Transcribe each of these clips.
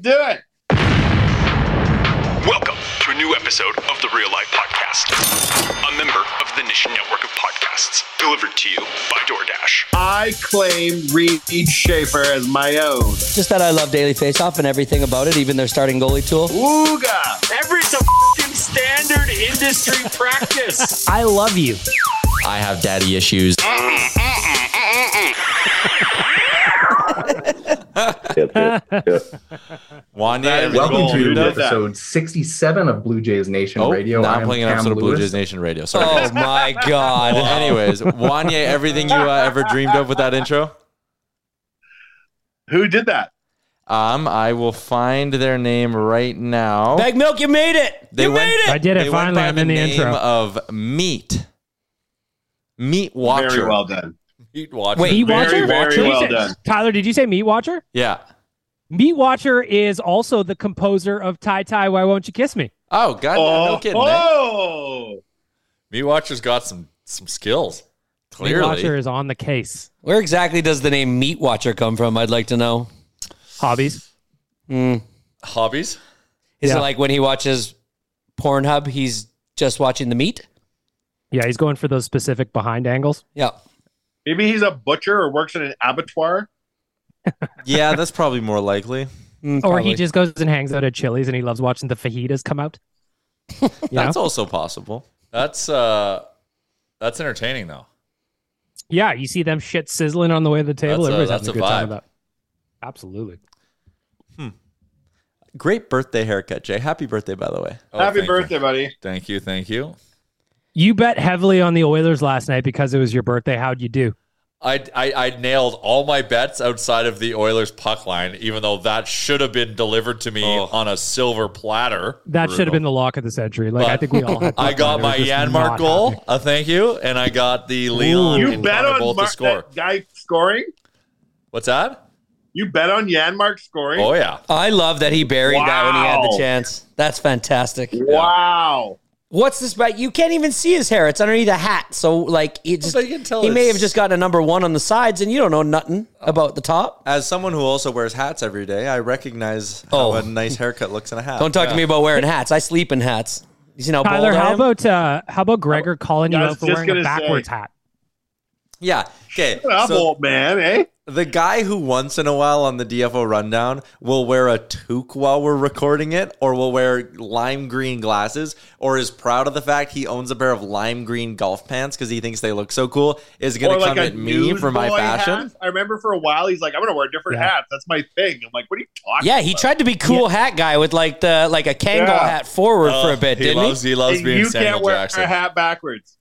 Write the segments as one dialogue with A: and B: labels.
A: do it.
B: Welcome to a new episode of the Real Life Podcast, a member of the Nation Network of Podcasts, delivered to you by DoorDash.
C: I claim Reed Schaefer as my own.
D: Just that I love Daily Faceoff and everything about it, even their starting goalie tool.
C: Ooga!
E: Every it's a f***ing standard industry practice.
D: I love you.
F: I have daddy issues. Wanya,
A: Welcome
G: Welcome
A: Goal. Who
G: to
A: does that?
G: episode 67 of Blue Jays Nation
F: Oh,
G: Radio.
F: now
G: I
F: I'm
G: am
F: playing an
G: Cam
F: episode of Blue
G: Lewis.
F: Jays Nation Radio. Sorry.
D: Oh
F: guys.
D: my God.
F: Anyways, Wanye, everything you uh, ever dreamed of with that intro?
A: Who did that?
F: Um, I will find their name right now.
D: Bag milk, you made it.
F: they
D: you
F: went,
D: made it.
H: I did it.
F: they
H: Finally,
F: went by
H: I'm in the
F: name
H: intro.
F: of Meat. Meat Watcher.
A: Very well done.
F: Meat Watcher.
H: Meat Watcher?
A: very
H: Did you
A: well
H: say-
A: done.
H: Tyler, did you say Meat Watcher?
F: Yeah.
H: Meat Watcher is also the composer of Tai Tai, Why Won't You Kiss Me?
F: Oh, God.
A: Oh,
F: no kidding. eh?
A: oh.
F: Meat Watcher's got some some skills.
H: Meat
F: Clearly.
H: Watcher is on the case.
D: Where exactly does the name Meat Watcher come from? I'd like to know.
H: Hobbies.
F: Hobbies?
D: Is
H: Yeah.
D: it like when he watches Pornhub, he's just watching the meat?
H: Yeah, he's going for those specific behind angles.
D: Yeah.
A: Maybe he's a butcher or works in an abattoir.
F: Yeah, that's probably more likely.
D: Mm,
H: Or
D: probably.
H: he just goes and hangs out at Chili's and he loves watching the fajitas come out. You know?
F: That's also possible.
I: That's uh that's entertaining though.
H: yeah, you see them shit sizzling on the way to the table.
I: That's a-
H: Everybody's
I: that's
H: having a
I: a
H: good time
I: vibe.
H: about Absolutely.
F: Great birthday haircut, Jay. Happy birthday, by the way.
I: Oh, thank
A: Happy
I: you.
A: birthday, buddy.
I: Thank you, thank you.
H: You bet heavily on the Oilers last night because it was your birthday. How'd you do?
I: I, I I nailed all my bets outside of the Oilers puck line, even though that should have been delivered to me
F: Oh.
I: on a silver platter.
H: That should have
I: Brutal.
H: been the lock of the century. Like I
I: But
H: think we all had.
I: I got my
H: It was just
I: Yanmark
H: not
I: goal.
H: happening.
I: Uh, thank you, and I got the Leon
A: You
I: and
A: bet
I: Connor
A: on
I: both
A: Mark,
I: to score.
A: that guy scoring?
I: What's that?
A: You bet on Yanmark scoring?
I: Oh yeah,
D: I love that he buried that when he had
A: Wow.
D: the chance. That's fantastic.
A: Wow.
D: What's this about? You can't even see his hair. It's underneath a hat. So like he just
I: so you can tell
D: he may
I: it's-
D: have just gotten a number one on the sides and you don't know nothing about the top.
F: As someone who also wears hats every day, I recognize
D: Oh.
F: how a nice haircut looks in a hat.
D: Don't talk to me about wearing hats. I sleep in hats. You see how
H: Tyler,
D: bold I
H: how
D: am?
H: about uh, how about Gregor calling you
A: I was
H: out for
A: just
H: wearing a
A: gonna say-
H: backwards hat?
F: Yeah. Okay.
A: Shut up,
F: So
A: old man, eh?
F: The guy who once in a while on the DFO rundown will wear a toque while we're recording it, or will wear lime green glasses, or is proud of the fact he owns a pair of lime green golf pants because he thinks they look so cool, is going
A: Or
F: to
A: like
F: come
A: a
F: at me for my
A: newsboy
F: fashion.
A: hat. I remember for a while he's like, I'm gonna wear different hats. That's my thing. I'm like, what are you talking?
D: Yeah, he
A: about?
D: tried to be cool hat guy with like the like a Kangol
A: Yeah.
D: hat forward
I: Oh,
D: for a bit,
I: he
D: didn't
I: loves-
D: he?
I: he loves And being you can't Samuel wear
A: Wear a hat backwards.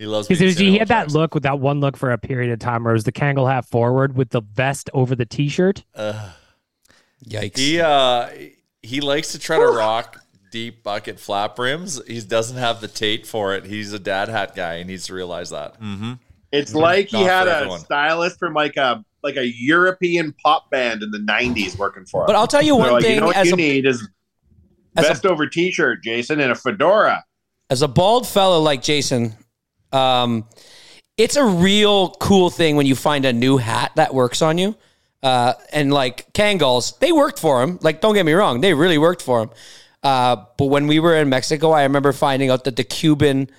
I: He loves
H: Because he had that look with that one look for a period of time where it was the Kangol hat forward with the vest over the T-shirt.
I: Ugh.
D: Yikes.
I: He uh he likes to try to rock deep bucket flap rims. He doesn't have the tate for it. He's a dad hat guy. He needs to realize that.
F: Mm-hmm.
A: It's like he
I: Not
A: had
I: for
A: a
I: everyone.
A: stylist from like a like a European pop band in the '90s working for him.
D: But I'll tell you
A: They're
D: one
A: like,
D: thing,
A: You know what
D: as
A: you
D: a-
A: need is vest over T-shirt, Jason, and a fedora.
D: As a bald fellow like Jason, um, it's a real cool thing when you find a new hat that works on you. Uh, and like Kangols, they worked for him. Like, don't get me wrong, they really worked for him. Uh, but when we were in Mexico, I remember finding out that the Cuban,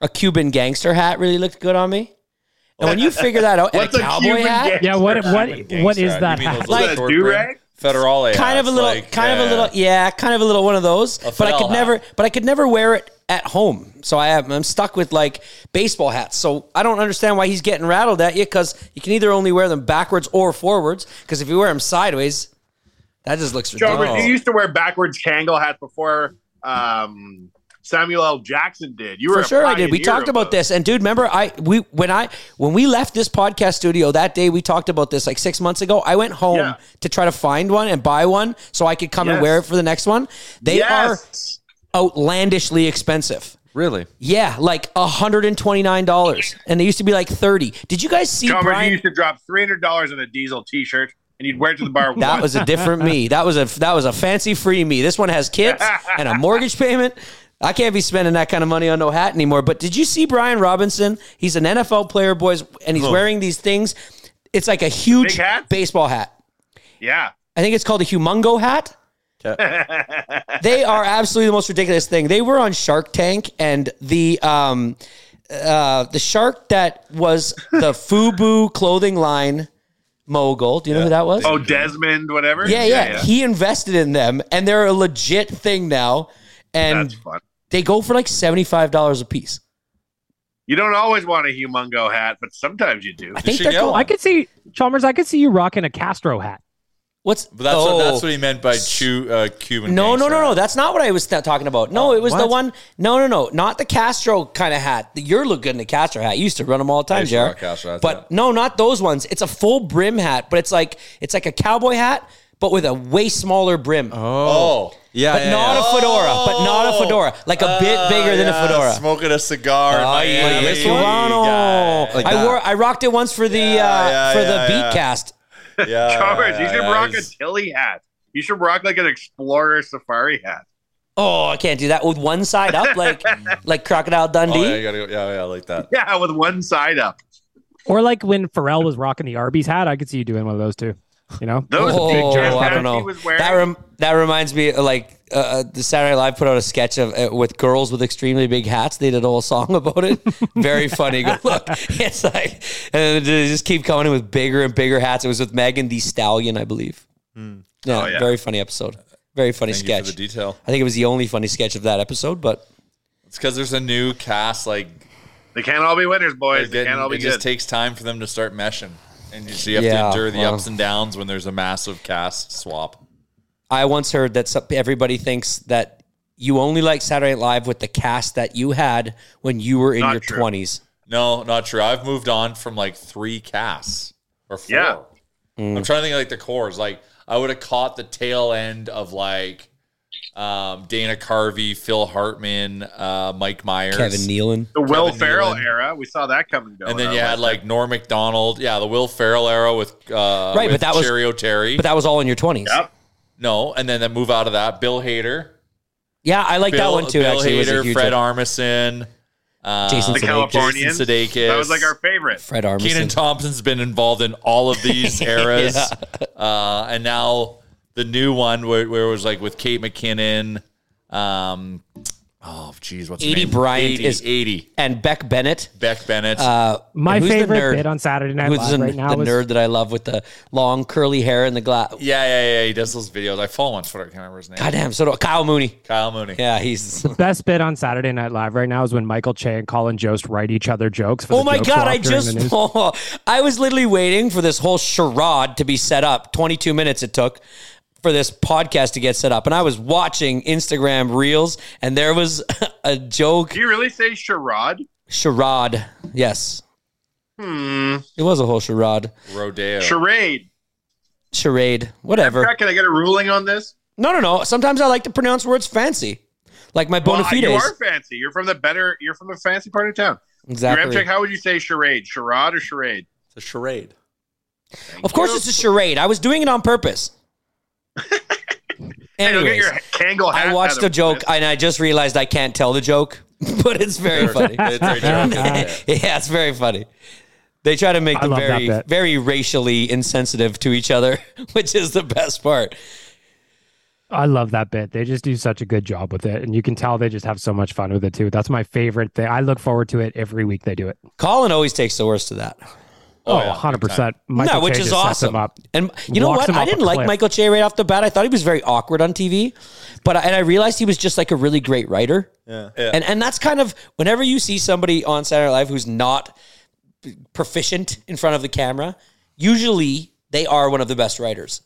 D: a Cuban gangster hat really looked good on me. And when you figure that out, and
H: What's
D: a
H: a
D: cowboy
H: Cuban
D: hat,
H: gangster Yeah, what- hat? what- what is that
I: You mean
H: hat?
I: those
H: Like-
I: little short brim Federale.
D: kind of
I: hats,
D: a little,
I: like,
D: kind of
I: yeah.
D: a little, yeah, kind of a little one of those. but I
I: fell
D: could
I: hat.
D: never, but I could never wear it at home. So I am, I'm stuck with like baseball hats. So I don't understand why he's getting rattled at you because you can either only wear them backwards or forwards. Because if you wear them sideways, that just looks
A: Jover,
D: ridiculous.
A: you used to wear backwards Kangol hats before um, Samuel L. Jackson did. You were
D: For
A: a
D: sure, I did. We
A: pioneer
D: talked
A: of
D: about
A: those.
D: this, and dude, remember, I we when I when we left this podcast studio that day, we talked about this like six months ago. I went home
A: Yeah.
D: to try to find one and buy one so I could come and
A: Yes.
D: wear it for the next one. They
A: Yes.
D: are outlandishly expensive.
F: Really?
D: Yeah, like hundred and twenty nine dollars, and they used to be like thirty. Did you guys see
A: Jover,
D: Brian?
A: you used to drop three hundred dollars on a diesel T-shirt, and you'd wear it to the bar.
D: That
A: once.
D: was a different me. That was a that was a fancy free me. This one has kids and a mortgage payment. I can't be spending that kind of money on no hat anymore. But did you see Brian Robinson? He's an NFL player, boys, and he's
A: Huh.
D: wearing these things. It's like a
A: Big
D: huge
A: hats?
D: baseball hat.
A: Yeah.
D: I think it's called a humongo hat. they are absolutely the most ridiculous thing. They were on Shark Tank, and the um, uh, the shark that was the FUBU clothing line mogul. Do you know who that was?
A: Oh, Desmond, whatever.
D: Yeah, yeah, He invested in them, and they're a legit thing now. And
A: That's fun.
D: they go for like seventy five dollars a piece.
A: You don't always want a humongo hat, but sometimes you do.
D: I think they're cool.
H: Oh, I could see Chalmers. I could see you rocking a Castro hat.
D: What's
I: But that's
D: Oh.
I: what that's what he meant by chu uh, Cuban.
D: No, no,
I: gangster.
D: no, no. That's not what I was th- talking about. No, it was the
I: Oh, what?
D: one. No, no, no. Not the Castro kind of hat. You're look good in a Castro hat. You used to run them all the
I: I
D: time,
I: used to rock
D: Jared.
I: Castro hats,
D: But no, not those ones. It's a full brim hat, but it's like it's like a cowboy hat, but with a way smaller brim.
I: Oh.
F: Yeah,
D: but
F: yeah,
D: not
F: yeah.
D: a fedora. But not a fedora. Like a bit bigger than a
I: Ah, yeah,
D: fedora.
I: Smoking a cigar. in
D: Oh, yeah,
I: Miami.
D: this one?
I: Guy.
F: Like
D: I
F: that.
D: wore I rocked it once for the uh,
I: yeah,
D: for
I: yeah,
D: the
I: yeah.
D: beat cast.
I: Yeah,
A: Covers. You
I: yeah,
A: should
I: yeah,
A: rock a
I: he's-
A: Tilly hat. You should rock like an explorer safari hat.
D: Oh, I can't do that with one side up like like Crocodile Dundee.
I: Oh, yeah, you gotta go. Yeah, yeah, like that.
A: Yeah, with one side up.
H: Or like when Pharrell was rocking the Arby's hat, I could see you doing one of those too. You know,
A: Those
D: oh,
A: big dress
D: I
A: hats
D: don't
A: he
D: know.
A: was wearing.
D: That rem- that reminds me, uh, like uh, uh, the Saturday Night Live put out a sketch of uh, with girls with extremely big hats. They did a whole song about it. Very funny. Go look. It's like, and they just keep coming in with bigger and bigger hats. It was with Megan the Stallion, I believe. Yeah,
I: Oh, yeah.
D: very funny episode. Very funny
I: Thank you
D: sketch.
I: for the detail.
D: I think it was the only funny sketch of that episode, but
I: It's because there's a new cast. Like
A: they can't all be winners,
I: they're
A: boys. they
I: getting,
A: can't all be
I: it just
A: good.
I: takes time for them to start meshing, and you, so you have to
D: Yeah,
I: endure the
D: well.
I: ups and downs when there's a massive cast swap.
D: I once heard that some, everybody thinks that you only like Saturday Night Live with the cast that you had when you were in
I: Not
D: your
I: true.
D: twenties.
I: No, not true. I've moved on from like three casts or four.
A: Yeah.
D: Mm.
I: I'm trying to think of, like the cores. Like I would have caught the tail end of like um, Dana Carvey, Phil Hartman, uh, Mike Myers,
D: Kevin Nealon.
A: the Will
I: Kevin
A: Ferrell
I: Nealon.
A: era. We saw that coming down.
I: And then you had like Norm Macdonald, yeah, the Will Ferrell era with uh,
D: Right, but
I: with
D: that was-
I: Cheerio Terry.
D: But that was all in your twenties.
I: no, and then then move out of that. Bill Hader,
D: Yeah, I like that
I: Bill-
D: one too.
I: Bill
D: actually, It was a
I: Hader,
D: huge
I: Fred
D: hit.
I: Armisen, uh,
D: Jason The Sudeikis.
A: Californians.
I: Jason Sudeikis.
A: That was like our favorite.
D: Fred Armisen.
I: Keenan Thompson's been involved in all of these eras, uh, and now the new one where, where it was like with Kate McKinnon, um, Oh, geez, what's her
D: Edie
I: name?
D: Bryant
I: 80,
D: is
I: 80.
D: and Beck Bennett.
I: Beck Bennett.
D: Uh,
H: My
D: who's the
H: favorite
D: nerd?
H: bit on Saturday Night
D: Who's
H: Live
D: the,
H: right now
D: the
H: is-
D: nerd that I love with the long curly hair and the glass.
I: Yeah, yeah, yeah. He does those videos. I follow him on Twitter. I can't remember his name.
D: Goddamn, so do Kyle Mooney.
I: Kyle Mooney.
D: Yeah, he's.
H: The best bit on Saturday Night Live right now is when Michael Che and Colin Jost write each other jokes. For
D: Oh
H: the
D: my
H: joke
D: god!
H: swap
D: I
H: during the
D: just
H: news.
D: I was literally waiting for this whole charade to be set up. Twenty two minutes it took for this podcast to get set up, and I was watching Instagram reels, and there was a joke
A: Do you really say charade?
D: charade. Yes,
A: Hmm.
D: it was a whole charade,
I: Rodeo.
A: Charade.
D: charade, whatever.
A: Craig, Can I get a ruling on this?
D: No, no, no. Sometimes I like to pronounce words fancy, like my bona
A: Well,
D: fides.
A: you are fancy. You're from the better. You're from the fancy part of town.
D: Exactly.
A: You're Amtrak, how would you say charade? Charade or charade?
F: It's a charade.
D: of course, it's a charade. I was doing it on purpose.
A: Look at
D: Anyways,
A: your Kangol hat.
D: I watched
A: out
D: a
A: of
D: joke, and I just realized I can't tell the joke, but it's very
I: Sure.
D: funny.
I: It's very charming, yeah.
D: yeah, it's very funny. They try to make
H: I
D: them
H: love that
D: very,
H: bit.
D: very racially insensitive to each other, which is the best part.
H: I love that bit. They just do such a good job with it, and you can tell they just have so much fun with it too. That's my favorite thing. I look forward to it every week. They do it.
D: Colin always takes the worst of that.
H: Oh, 100%. Michael
D: no, which
H: Che
D: is
H: just sets
D: awesome.
H: them up.
D: And you know
H: Walks
D: what?
H: them
D: I
H: up a
D: didn't like
H: cliff.
D: Michael Che right off the bat. I thought he was very awkward on TV, but I, and I realized he was just like a really great writer.
F: Yeah.
D: And and that's kind of whenever you see somebody on Saturday Night Live who's not proficient in front of the camera, usually they are one of the best writers.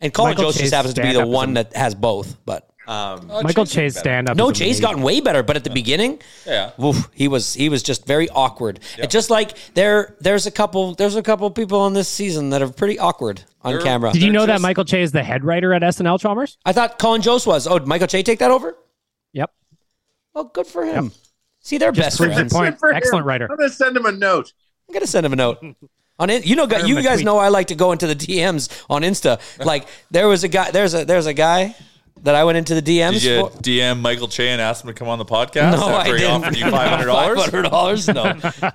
D: And Colin
H: Michael
D: Jost just
H: Che's
D: happens to be the
H: stand-up is
D: one
H: am-
D: that has both. But
F: Um,
H: Michael Che's stand up.
D: no, Jay's gotten way better. But at the beginning,
I: Yeah.
D: Oof, he was he was just very awkward. And just like there there's a couple there's a couple people on this season that are pretty awkward on
I: They're-
D: camera.
H: Did you know that
I: just-
H: Michael Che is the head writer at SNL Chalmers?
D: I thought Colin Jost was. Oh, did Michael Che take that over?
H: Yep.
D: Oh, good for him. See, they're best
H: proves your
D: friends.
H: point.
A: for him.
H: Excellent writer.
A: I'm gonna send him a note.
D: I'm gonna send him a note. On it, you know,
H: him
D: you
H: a
D: guys
H: tweet.
D: know I like to go into the DMs on Insta. Like there was a guy, there's a there's a guy that I went into the DMs
I: Did you
D: for.
I: DM Michael Che and ask him to come on the podcast?
D: No, I
I: after he
D: didn't.
I: offered you five hundred dollars.
D: $500?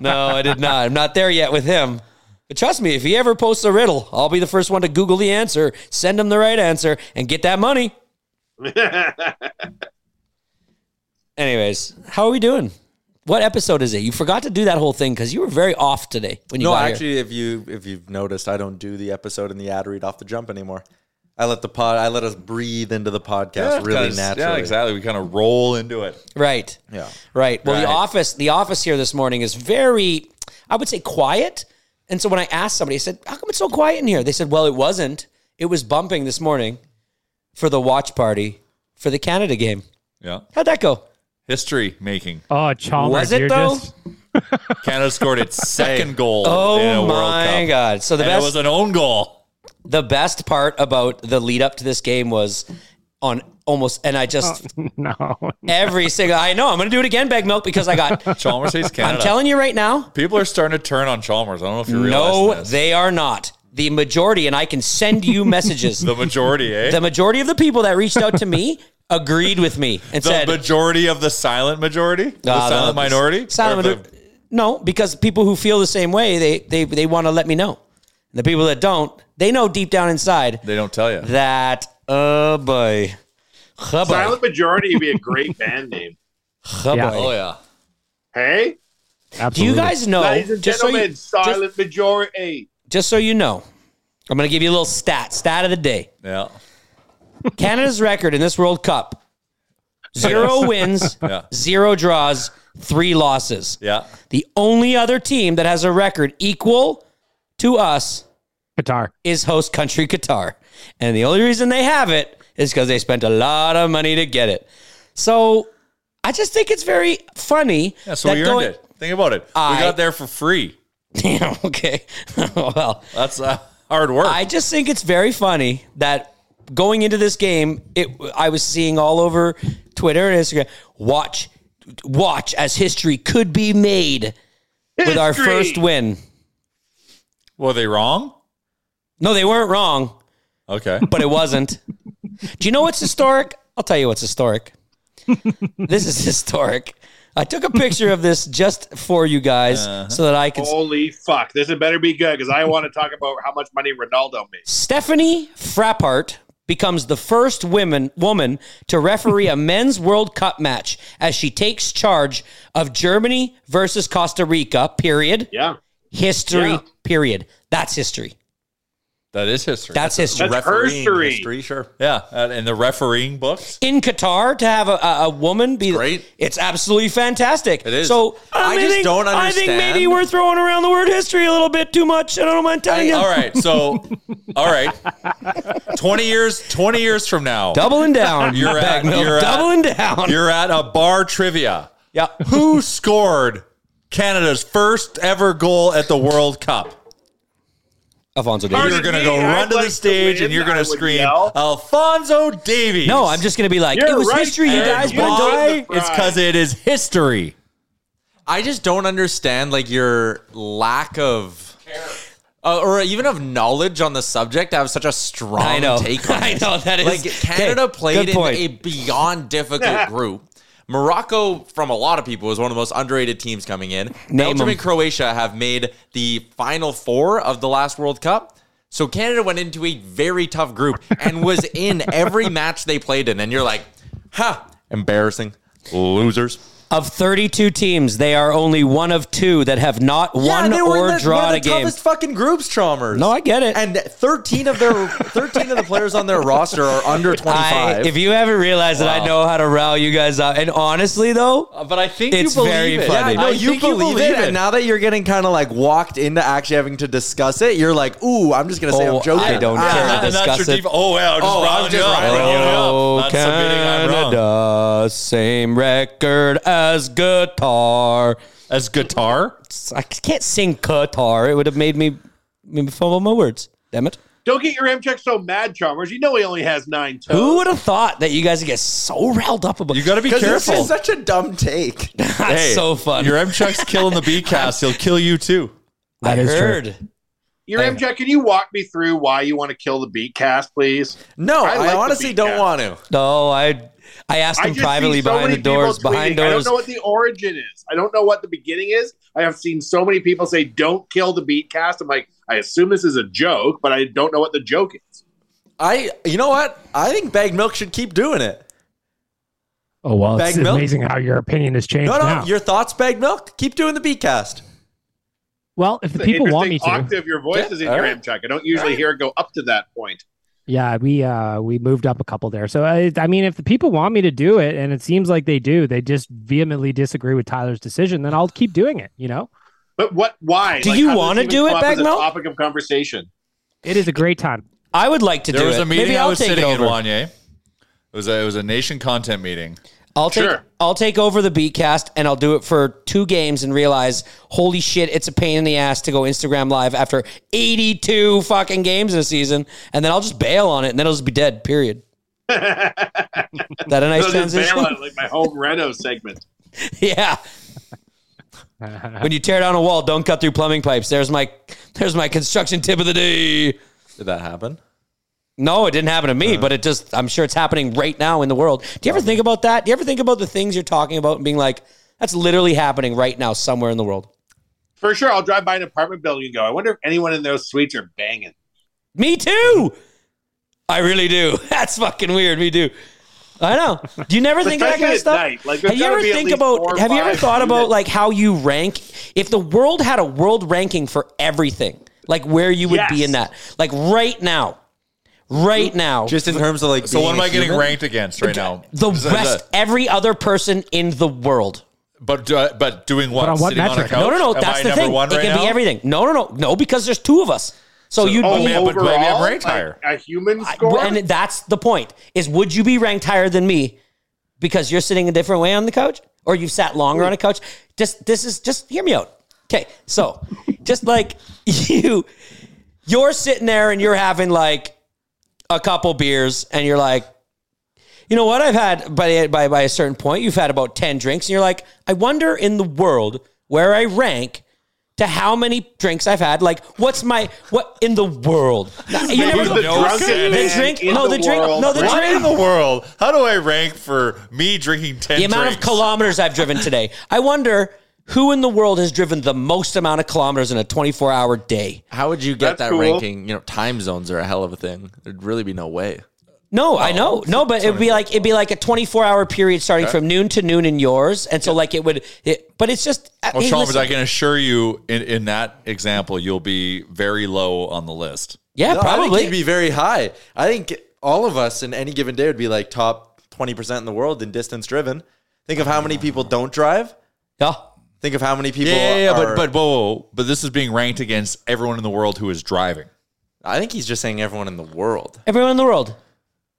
D: No, no, I did not. I'm not there yet with him. But trust me, if he ever posts a riddle, I'll be the first one to Google the answer, send him the right answer, and get that money. Anyways, how are we doing? What episode is it? You forgot to do that whole thing because you were very off today when you
F: no,
D: got here.
F: actually, if you if you've noticed, I don't do the episode and the ad read off the jump anymore. I let the pod. I let us breathe into the podcast really naturally.
I: Yeah, exactly. We kind of roll into it.
D: Right.
F: Yeah.
D: Right. Well, the
I: Right.
D: office, the office here this morning is very, I would say, quiet. And so when I asked somebody, I said, "How come it's so quiet in here?" They said, "Well, it wasn't. It was bumping this morning for the watch party for the Canada game.
I: Yeah.
D: How'd that go?
I: History making.
H: Oh, Chalmers.
D: Was it
H: you're
D: though?
H: just-
I: Canada scored its second goal in a
D: Oh
I: World Cup.
D: my God! So the
I: And it
D: best,
I: was an own goal.
D: the best part about the lead up to this game was on almost, and I just
H: no.
D: every single. I know I'm going to do it again, Beg Milk, because I got.
I: Chalmers hates Canada.
D: I'm telling you right now,
I: People are starting to turn on Chalmers. I don't know if you realize
D: No,
I: this.
D: they are not. The majority, and I can send you messages.
I: the
D: the,
I: majority, eh?
D: majority of the people that reached out to me agreed with me and
I: The
D: said,
I: majority of the silent majority, the
D: "Ah,
I: silent
D: no,
I: minority,
D: silent
I: Or the-
D: minor- No, because people who feel the same way, they they they want to let me know. The people that don't, they know deep down inside
I: They don't tell you.
D: that uh boy, huh, boy,
A: Silent Majority would be a great band name.
D: huh,
H: Yeah.
D: boy.
I: Oh yeah.
A: Hey,
D: Do
H: Absolutely.
D: you guys know?
A: ladies and
D: just so you-
A: gentlemen,
D: just-
A: Silent Majority.
D: just so you know, I'm going to give you a little stat, stat of the day.
I: Yeah.
D: Canada's record in this World Cup zero wins,
I: Yeah.
D: zero draws, three losses.
I: Yeah.
D: The only other team that has a record equal to us
H: Qatar.
D: is host country Qatar. And the only reason they have it is because they spent a lot of money to get it. So I just think it's very funny.
I: Yeah, so
D: that
I: we earned
D: going-
I: it. Think about it.
D: I-
I: we got there for free.
D: Yeah, okay. well,
I: That's uh, hard work.
D: I just think it's very funny that going into this game, it I was seeing all over Twitter and Instagram, watch, watch as history could be made with our
A: History!
D: first win.
I: Were they wrong?
D: No, they weren't wrong,
I: Okay.
D: but it wasn't. Do you know what's historic? I'll tell you what's historic. this is historic. I took a picture of this just for you guys so that I could.
A: Holy fuck! This had better be good because I want to talk about how much money Ronaldo made.
D: Stephanie Frappart becomes the first women, woman to referee a men's World Cup match as she takes charge of Germany versus Costa Rica, period.
A: Yeah.
D: History,
A: Yeah.
D: period. That's history.
I: That is history.
D: That's history. That's
I: refereeing
D: history.
I: Sure. Yeah, uh, in the refereeing books.
D: In Qatar, to have a, a, a woman be great, it's absolutely fantastic. It
I: is.
D: So
I: I just
D: think-
I: don't
D: I think maybe
I: understand.
D: we're throwing around the word history a little bit too much. I don't mind telling
I: Hey,
D: you.
I: all right, so all right, twenty years, twenty years from now,
D: Doubling down,
I: You're at,
D: Bagmill,
I: you're at-
D: doubling down.
I: You're at a bar trivia.
D: Yeah,
I: who scored Canada's first ever goal at the World Cup?
D: Alfonso
I: You're
D: Davies.
I: gonna go
D: I'd
I: run to
D: like
I: the
D: to
I: stage
D: win.
I: and you're
D: I
I: gonna
D: would
I: scream,
D: yell.
I: Alfonso Davies.
D: No, I'm just gonna be like,
I: You're
D: it was
I: right,
D: history, you
I: Aaron.
D: guys.
I: You
D: but
I: won.
D: I-
I: It's 'cause it is history.
F: I just don't understand like your lack of uh, or even of knowledge on the subject to have such a strong
D: I know.
F: take on
D: I
F: it.
D: know, that is-
F: like Canada
D: Okay, good
F: played in
D: point.
F: a beyond difficult group. Morocco, from a lot of people, is one of the most underrated teams coming in. Belgium
D: 'em.
F: and Croatia have made the final four of the last World Cup. So Canada went into a very tough group and was in every match they played in. And you're like, huh, embarrassing. Losers.
D: Of 32 teams, they are only one of two that have not
F: Yeah,
D: won
F: they were in
D: or
F: the-
D: drawn
F: one
D: a
F: of the
D: game.
F: toughest fucking groups, Chalmers.
D: No, I get it.
F: And 13 of their 13 of the players on their roster are under 25.
D: I- if you haven't realized that I
F: Wow. Uh,
D: know how to rile you guys out, and honestly though,
I: but I think
D: it's very funny.
F: Yeah, no, you believe, it. And now that you're getting kind of like walked into actually having to discuss it, you're like, ooh, I'm just gonna say
D: Oh,
F: I'm joking.
D: I don't
F: Ah.
D: care to
I: And that's your
D: discuss it.
I: deep. Oh wow, just
F: Oh,
I: riling
F: I'm
I: you
F: just
I: up.
F: riling you
I: Oh,
D: Oh,
I: Not submitting, I'm wrong.
D: Canada, same record as guitar.
I: As guitar?
D: I can't sing guitar. It would have made me, made me fumble my words. Damn it.
A: Don't get your Amtrak so mad, Chalmers. You know he only has nine toes.
D: Who would have thought that you guys would get so riled up about? You got
I: to be careful.
F: such a dumb take.
D: That's so fun.
I: Your M Chuck's killing the B cast. He'll kill you too.
D: That
I: I
D: is true.
I: heard.
A: Your Amtrak, can you walk me through why you want to kill the beat cast, please?
F: No, I,
A: like the
F: honestly
A: beat
F: don't
A: cast.
F: want to.
D: No, I I asked
A: I
D: him
A: just see
D: privately
A: so
D: behind
A: many
D: the doors,
A: people tweeting.
D: behind
A: I don't
D: doors.
A: know what the origin is. I don't know what the beginning is. I have seen so many people say, "Don't kill the beat cast." I'm like, I assume this is a joke, but I don't know what the joke is.
F: I you know what? I think Bag Milk should keep doing it.
H: Oh well, it's
F: Bag milk?
H: amazing how your opinion has changed
F: No, no,
H: now.
F: your thoughts, Bag Milk? Keep doing the B cast.
H: Well, if the
A: It's an
H: people want me
A: interesting
H: to,
A: octave your voice is in
H: all
A: your
H: right.
A: Amtrak. I don't usually hear it go up to that point.
H: yeah, we uh we moved up a couple there. So I, I mean, if the people want me to do it, and it seems like they do, they just vehemently disagree with Tyler's decision, then I'll keep doing it. You know,
A: But what? Why?
H: Do you
A: how does
H: wanna
A: even
H: do it,
A: come up as a
H: Bagmel?
A: Topic of conversation.
H: it is a great time.
D: I would like to
I: there
D: do
I: was
D: it.
I: a meeting
D: Maybe
I: I
D: I'll
I: was
D: take
I: sitting
D: over.
I: in Wanye. It was a, it was a nation content meeting.
D: I'll take
I: Sure.
D: I'll take over the beatcast and I'll do it for two games and realize holy shit it's a pain in the ass to go Instagram live after 82 fucking games in a season and then I'll just bail on it and then it'll just be dead period. Is that a nice
A: They'll just bail
D: transition?
A: on it, like my home reno segment.
D: yeah. When you tear down a wall, don't cut through plumbing pipes. There's my there's my construction tip of the day.
F: Did that happen?
D: No, it didn't happen to
A: Uh-huh.
D: me, but it just I'm sure it's happening right now in the world. Do you ever think about that? Do you ever think about the things you're talking about and being like that's literally happening right now somewhere in the world?
A: For sure, I'll drive by an apartment building and go. I wonder if anyone in those suites are banging.
D: Me too. I really do. That's fucking weird. Me too. I know. Do you never think of that
A: Especially
D: kind of
A: at
D: stuff?
A: night. Like, there's
D: have you
A: gotta
D: ever
A: be at
D: think
A: least four
D: about?
A: or
D: Have you ever
A: five
D: thought about
A: units.
D: like how you rank? If the world had a world ranking for everything, like where you would be
I: Yes.
D: in that, like right now, right now,
F: Just in terms of like
I: So what
F: being
I: am
F: a
I: I getting
F: human?
I: ranked against right now?
D: the
I: Is that-
D: rest, every other person in the world.
I: But do I- but doing what?
D: But on what
I: Sitting on a
D: metric?
I: couch?
D: No, no, no.
I: Am
D: That's
I: I
D: the
I: number
D: thing.
I: One
D: it
I: right
D: can
I: now?
D: be everything. No, no, no, no. Because there's two of us. So, you'd
I: oh,
D: be
I: man, but maybe I'm ranked higher.
A: a human
D: I-
A: score.
D: and that's the point: is would you be ranked higher than me because you're sitting a different way on the couch, or you've sat longer on a couch? Just this is just hear me out. Okay, so just like you, you're sitting there and you're having like a couple beers, and you're like, you know what? I've had by by by a certain point, you've had about ten drinks, and you're like, I wonder in the world where I rank. To how many drinks I've had? Like, what's my what in the world? You never
I: Who's
D: go,
I: the drunkest
D: the
I: man
D: drink,
I: in
D: no, the, drink,
I: world?
D: no, the
I: What
D: drink.
I: in the world? How do I rank for me drinking ten?
D: the amount of
I: drinks?
D: kilometers I've driven today. I wonder who in the world has driven the most amount of kilometers in a 24 hour day.
F: How would you
D: That's
F: get that
D: cool.
F: ranking? You know, time zones are a hell of a thing. There'd really be no way.
D: No, I know. No, but it'd be like it'd be like a 24 hour period starting
I: Okay.
D: from noon to noon in yours, and so like it would. It, but it's just.
F: Oh,
D: I-
I: Well,
D: hey,
I: Chalmers,
D: listen.
I: I can assure you, in, in that example, you'll be very low on the list.
D: Yeah,
F: No, I think
D: probably.
F: he'd be very high. I think all of us in any given day would be like top 20% in the world in distance driven. Think of how many people don't drive.
D: Yeah.
F: Think of how many people
I: Yeah, yeah, yeah,
F: are-
I: but but whoa, whoa, whoa. but this is being ranked against everyone in the world who is driving.
F: I think he's just saying everyone in the world.
D: Everyone in the world.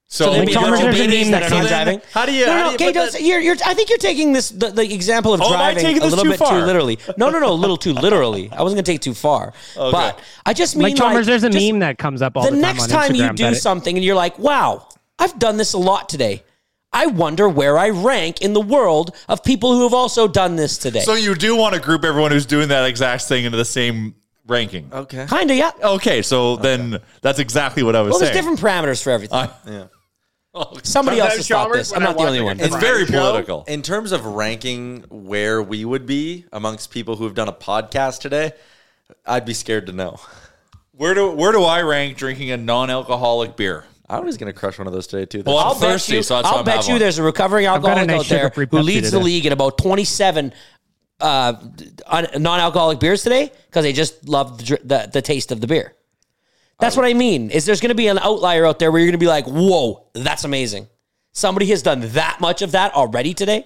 I: So,
D: there'd
I: so
D: be
I: be
D: lots of
I: that
D: babies that are not driving.
F: How do you?
D: No,
F: how
D: no,
F: do you
D: okay,
F: put
D: don't-
F: that-
D: you're, you're, I think you're taking this the, the example of
F: Oh, am I
D: driving
F: taking
D: a
F: this
D: little
F: too
D: bit
F: far?
D: too literally. No, no, no, a little too literally. I wasn't gonna take it too far,
H: Okay.
D: but I just mean
H: like Chalmers, there's a
D: just
H: meme that comes up all the,
D: the, next
H: on
D: time, you
H: Instagram
D: do
H: that it-
D: something and you're like, wow, I've done this a lot today. I wonder where I rank in the world of people who have also done this today.
I: So you do want to group everyone who's doing that exact thing into the same ranking?
F: Okay.
D: kind of, yeah.
I: Okay, so then that's exactly what I was
D: Well, there's
I: saying.
D: different parameters for everything.
F: yeah.
D: Somebody else has thought this. I'm not the only one.
F: In- In terms of ranking where we would be amongst people who have done a podcast today, I'd be scared to know.
I: Where do where do I rank drinking a non-alcoholic beer?
F: I was gonna crush one of those today too.
I: Well,
D: I'll
I: I'm thirsty,
D: bet you,
I: so that's why
D: I'll
I: I'm
D: bet
I: having
D: you
I: one.
D: there's a recovering
I: I've got a
D: alcoholic
I: nice
D: out there
I: sugar-free
D: who
I: Pepsi
D: leads the
I: today.
D: league at about 27 uh, non-alcoholic beers today because they just love the, dr- the, the taste of the beer. That's what I mean. Is there's going to be an outlier out there where you're going to be like, "Whoa, that's amazing! Somebody has done that much of that already today."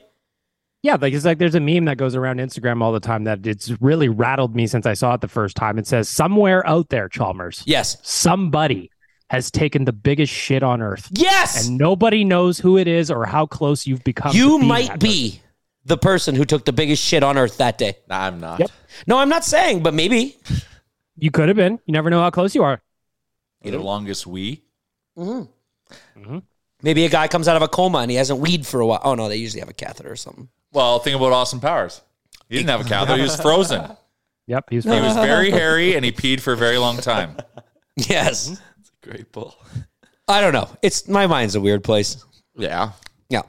H: Yeah, like it's like there's a meme that goes around Instagram all the time that it's really rattled me since I saw it the first time. It says somewhere out there, Chalmers.
D: Yes.
H: Somebody has taken the biggest shit on earth.
D: Yes.
H: And nobody knows who it is or how close you've become. to
D: You
H: being
D: might
H: that
D: be the person who took the biggest shit on earth that day.
F: I'm not.
H: Yep.
D: No, I'm not saying, but maybe.
H: You could have been. You never know how close you are.
I: The longest we.
D: Maybe a guy comes out of a coma and he hasn't weed for a while. Oh no, they usually have a catheter or something.
I: Well, think about Austin Powers. He didn't have a catheter. He was frozen.
H: Yep, he was.
I: He was very hairy and he peed for a very long time.
D: Yes.
F: Great bull.
D: I don't know. It's my mind's a weird place.
F: Yeah.
D: Yeah.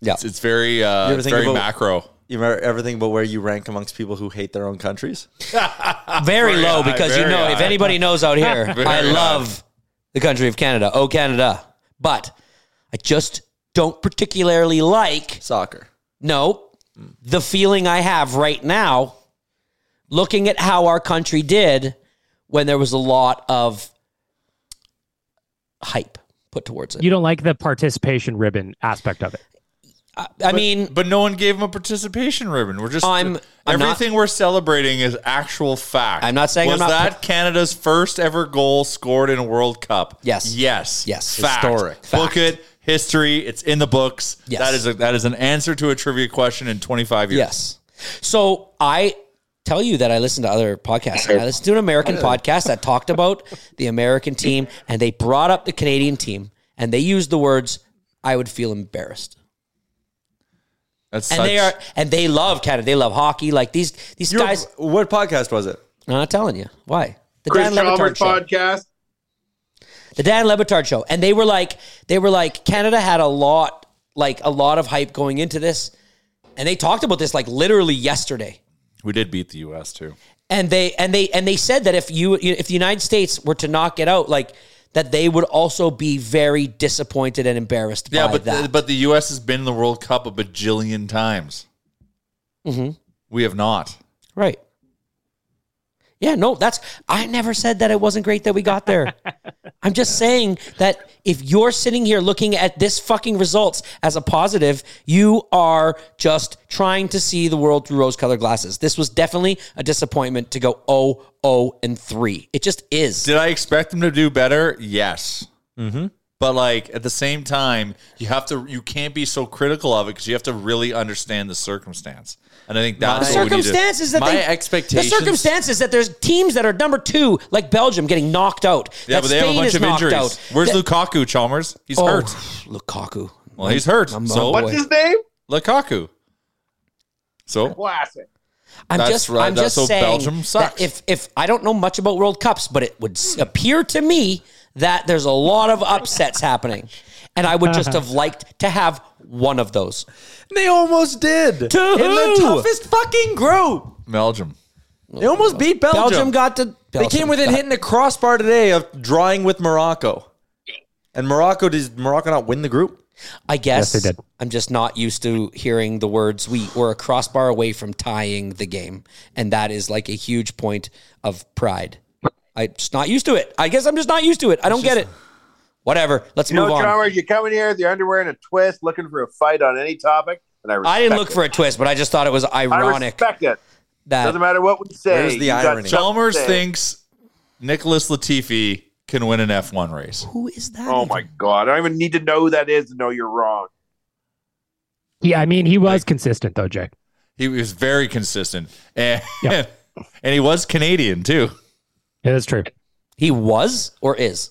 D: Yeah.
I: It's, it's very uh, it's very macro.
F: You remember everything about where you rank amongst people who hate their own countries?
D: Very,
I: Ah, Very
D: low
I: high,
D: because you
I: very
D: know if
I: high.
D: anybody knows out here,
I: Very
D: I
I: high.
D: love the country of Canada. Oh Canada. But I just don't particularly like
F: Soccer.
D: no the feeling I have right now looking at how our country did when there was a lot of hype put towards it.
H: You don't like the participation ribbon aspect of it.
D: I mean
I: But no one gave him a participation ribbon. We're just
D: Oh, I'm- I'm not-
I: everything we're celebrating is actual fact.
D: I'm not saying
I: was
D: I'm not-
I: that Canada's first ever goal scored in a World Cup.
D: Yes.
I: yes,
D: Yes.
I: Fact.
D: Historic. Fact.
I: Book it. History. It's in the books.
D: Yes.
I: That is a, that is an answer to a trivia question in 25 years.
D: Yes. So I tell you that I listen to other podcasts. I listened to an American podcast that talked about the American team and they brought up the Canadian team and they used the words, I would feel embarrassed.
I: That's
D: And they
I: such-
D: are and they love Canada. They love hockey. Like these these
F: Your-
D: guys
F: What podcast was it?
D: I'm not telling you. Why? The
A: Chris
D: Dan
A: Chalmers
D: Levitard show.
A: podcast.
D: The Dan Levitard show. And they were like they were like Canada had a lot like a lot of hype going into this. And they talked about this like literally yesterday.
I: We did beat the U.S. too.
D: and they and they and they said that if you if the United States were to knock it out, like that they would also be very disappointed and embarrassed
I: Yeah,
D: by
I: but
D: that.
I: the, but the U.S. has been in the World Cup a bajillion times.
D: Mhm.
I: We have not.
D: right. Yeah, no, that's I never said that it wasn't great that we got there. I'm just saying that if you're sitting here looking at this fucking results as a positive, you are just trying to see the world through rose-colored glasses. This was definitely a disappointment to go 0 0 and 3. It just is.
I: Did I expect them to do better? Yes.
D: Mm-hmm.
I: But like at the same time, you have to you can't be so critical of it because you have to really understand the circumstance. And I think
D: The
I: that's what we need to-
D: circumstances that
F: My
D: they,
F: expectations-
D: The circumstances that there's teams that are number two, like Belgium, getting knocked out.
I: Yeah,
D: that
I: but they have a
D: Spain
I: bunch
D: is
I: of
D: knocked
I: injuries.
D: Out.
I: Where's
D: That-
I: Lukaku Chalmers? He's
D: Oh,
I: hurt.
D: Lukaku.
I: Well, he's hurt.
D: I'm
I: so
D: my
A: What's his name?
I: Lukaku. So
A: Classic.
D: I'm
I: That's
D: just,
I: right,
D: I'm
I: that's
D: just
I: so
D: saying
I: Belgium
D: that
I: sucks.
D: if if I don't know much about World Cups, but it would s- appear to me that there's a lot of upsets happening, and I would just have liked to have one of those.
F: They almost did.
D: To
F: In the
D: who?
F: toughest fucking group.
I: Belgium.
F: They almost beat Belgium.
D: Belgium got to.
F: they came
D: Belgium
F: within
D: got-
F: hitting a crossbar today of drawing with Morocco. And Morocco did Morocco not win the group?
D: I guess
F: Yes, they did.
D: I'm just not used to hearing the words we were a crossbar away from tying the game. And that is like a huge point of pride. I'm just not used to it. I guess I'm just not used to it. I don't get it. Whatever. Let's
A: you
D: move
A: know,
D: on.
A: drummer, you come in here with your underwear and a twist, looking for a fight on any topic, and I respect
D: I didn't look
A: it.
D: for a twist, but I just thought it was
A: I
D: ironic.
A: respect it.
D: that-
A: Doesn't matter what we say.
D: Where's
A: you
D: the
A: got
D: irony?
A: something
I: Chalmers
A: to say.
I: thinks Nicholas Latifi can win an F1 race.
D: Who is that?
A: Oh my god! I don't even need to know who that is to know you're wrong.
H: Yeah, I mean, he was consistent though, Jake.
I: He was very consistent. And, and he was Canadian too.
H: Yeah, that's true.
D: He was or is?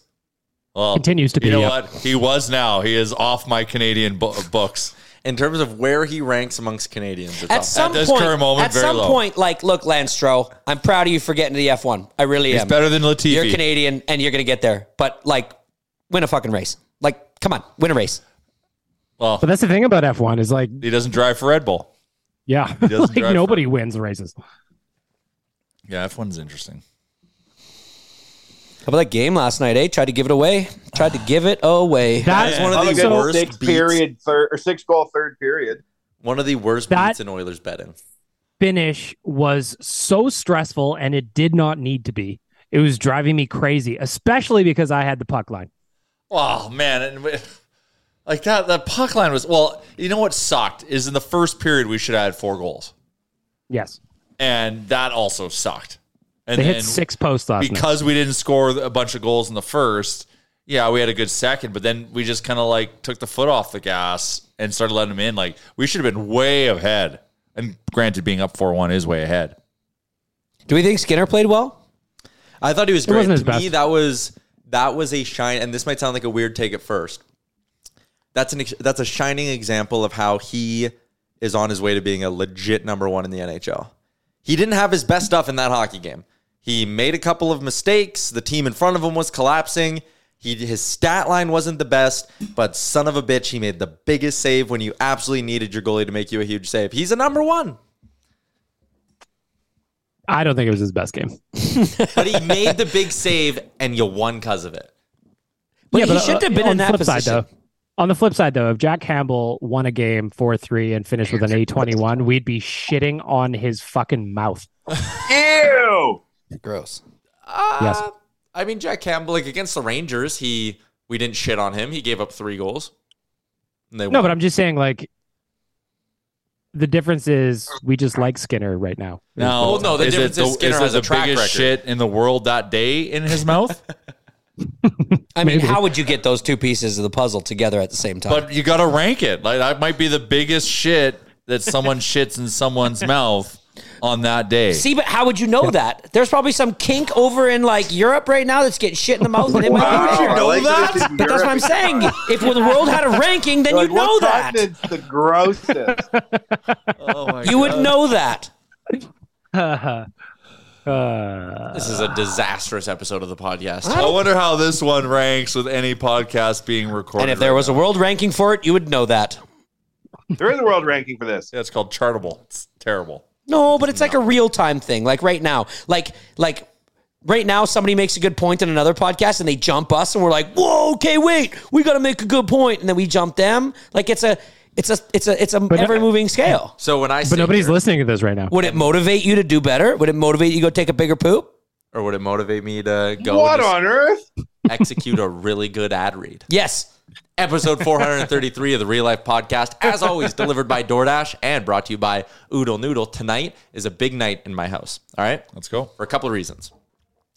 I: Well,
H: Continues to
I: You
H: be,
I: know
H: yeah.
I: what? He was now. He is off my Canadian bo- books.
F: In terms of where he ranks amongst Canadians,
D: At some point, at some point, like, look, Landstro, I'm proud of you for getting to the F1. I really
I: He's
D: am.
I: better than Latifi.
D: You're Canadian, and you're gonna get there. But like, win a fucking race. Like, come on, win a race.
I: Well,
H: But that's the thing about F1 is like,
I: he doesn't drive for Red Bull.
H: yeah,
I: doesn't
H: like
I: drive
H: nobody wins races.
I: Yeah, F1's interesting.
D: How about that game last night? Eh? Tried to give it away. Tried to give it away.
H: That is one of
A: I'll
H: the
A: get
H: worst
A: six
H: beats.
A: period third or six goal third period.
F: One of the worst
H: That-
F: beats in Oilers betting.
H: finish was so stressful and it did not need to be. It was driving me crazy, especially because I had the puck line.
I: Oh man, and we- like that that puck line was well. You know what sucked is in the first period we should have had four goals,
H: Yes.
I: and that also sucked. And
H: they
I: then
H: hit six posts last night.
I: because we didn't score a bunch of goals in the first. Yeah, we had a good second, but then we just kind of like took the foot off the gas and started letting them in. Like we should have been way ahead. And granted, being up four one is way ahead.
D: Do we think Skinner played well?
F: I thought he was
I: It
F: great.
I: wasn't his
F: To me,
I: best.
F: that was that was a shine, and this might sound like a weird take at first. That's an ex- that's a shining example of how he is on his way to being a legit number one in the NHL. He didn't have his best stuff in that hockey game. He made a couple of mistakes. The team in front of him was collapsing. He his stat line wasn't the best, but son of a bitch, he made the biggest save when you absolutely needed your goalie to make you a huge save. He's a number one.
H: I don't think it was his best game.
F: but he made the big save and you won because of it.
D: But he
H: uh,
D: shouldn't have been
H: on
D: in
H: the
D: that
H: flip side,
D: position.
H: though- on the flip side, though, if Jack Campbell won a game 4 3 and finished with an A21, we'd be shitting on his fucking mouth.
A: Ew.
D: Gross.
H: Yes.
D: Uh,
F: I mean, Jack Campbell, like against the Rangers, he we didn't shit on him. He gave up three goals. And they
H: No,
F: won.
H: but I'm just saying, like, the difference is we just like Skinner right now.
I: Now,
F: Well, no, the
I: is it
F: difference is Skinner
I: it
F: has
I: the
F: a track
I: biggest
F: record.
I: shit in the world that day in his mouth.
D: I mean,
I: Maybe.
D: how would you get those two pieces of the puzzle together at the same time?
I: but you got to rank it. Like that might be the biggest shit that someone shits in someone's mouth on that day.
D: See, but how would you know that? There's probably some kink over in like Europe right now that's getting shit in the mouth, and they might
A: Wow,
D: be
A: I
D: know
A: like that it's
D: that.
A: in
D: But that's what I'm saying. If the world had a ranking, then
A: Like,
D: you'd know
A: what
D: that.
A: continent's the grossest.
D: You would know that.
H: Uh,
F: this is a disastrous episode of the podcast.
I: I wonder how this one ranks with any podcast being recorded.
D: And if there was a world ranking for it, you would know that.
A: There is a world ranking for this.
I: Yeah, it's called Chartable. It's terrible.
D: No, but it's like a real time thing. Like right now, like like right now, somebody makes a good point in another podcast, and they jump us, and we're like, "Whoa, okay, wait, we got to make a good point," and then we jump them. Like it's a it's a it's a it's a ever moving scale.
F: So when I
H: But nobody's listening to this right now.
D: Would it motivate you to do better? Would it motivate you to go take a bigger poop?
F: or would it motivate me to go
A: what
F: and just
A: on earth?
F: execute a really good ad read?
D: Yes.
F: Episode 433 of the Real Life Podcast, as always, delivered by DoorDash and brought to you by Oodle Noodle. Tonight is a big night in my house. All right,
I: let's go.
F: For a couple of reasons.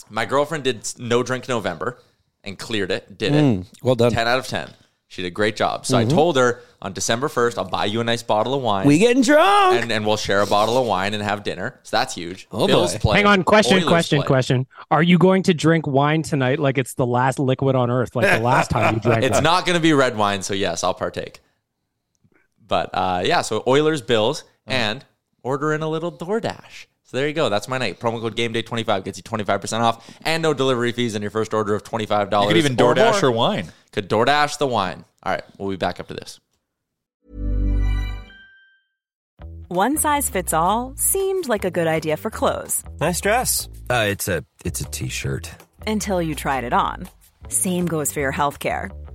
F: My girlfriend did No Drink November and cleared it, did
D: Mm,
F: it.
D: well done.
F: 10 out of 10. She did a great job. So
D: Mhm.
F: I told her on December 1st, I'll buy you a nice bottle of wine.
D: We getting drunk.
F: And, and we'll share a bottle of wine and have dinner. So that's huge.
D: Oh,
F: Bills
D: boy.
F: play.
H: Hang on, question,
F: Oilers
H: question,
F: play.
H: question. Are you going to drink wine tonight like it's the last liquid on earth, like the last time you drank
F: it's
H: wine?
F: not going to be red wine, so yes, I'll partake. But uh, yeah, so Oilers, Bills,
I: Mm.
F: and order in a little DoorDash. So there you go. That's my night. Promo code GameDay25 gets you 25% off and no delivery fees on your first order of $25.
I: You could even
F: or
I: DoorDash
F: more.
I: her wine.
F: Could DoorDash the wine. All right, we'll be back up to this.
J: One size fits all seemed like a good idea for clothes
K: Nice dress. Uh, it's a it's a t-shirt.
J: until you tried it on. Same goes for your healthcare.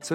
L: So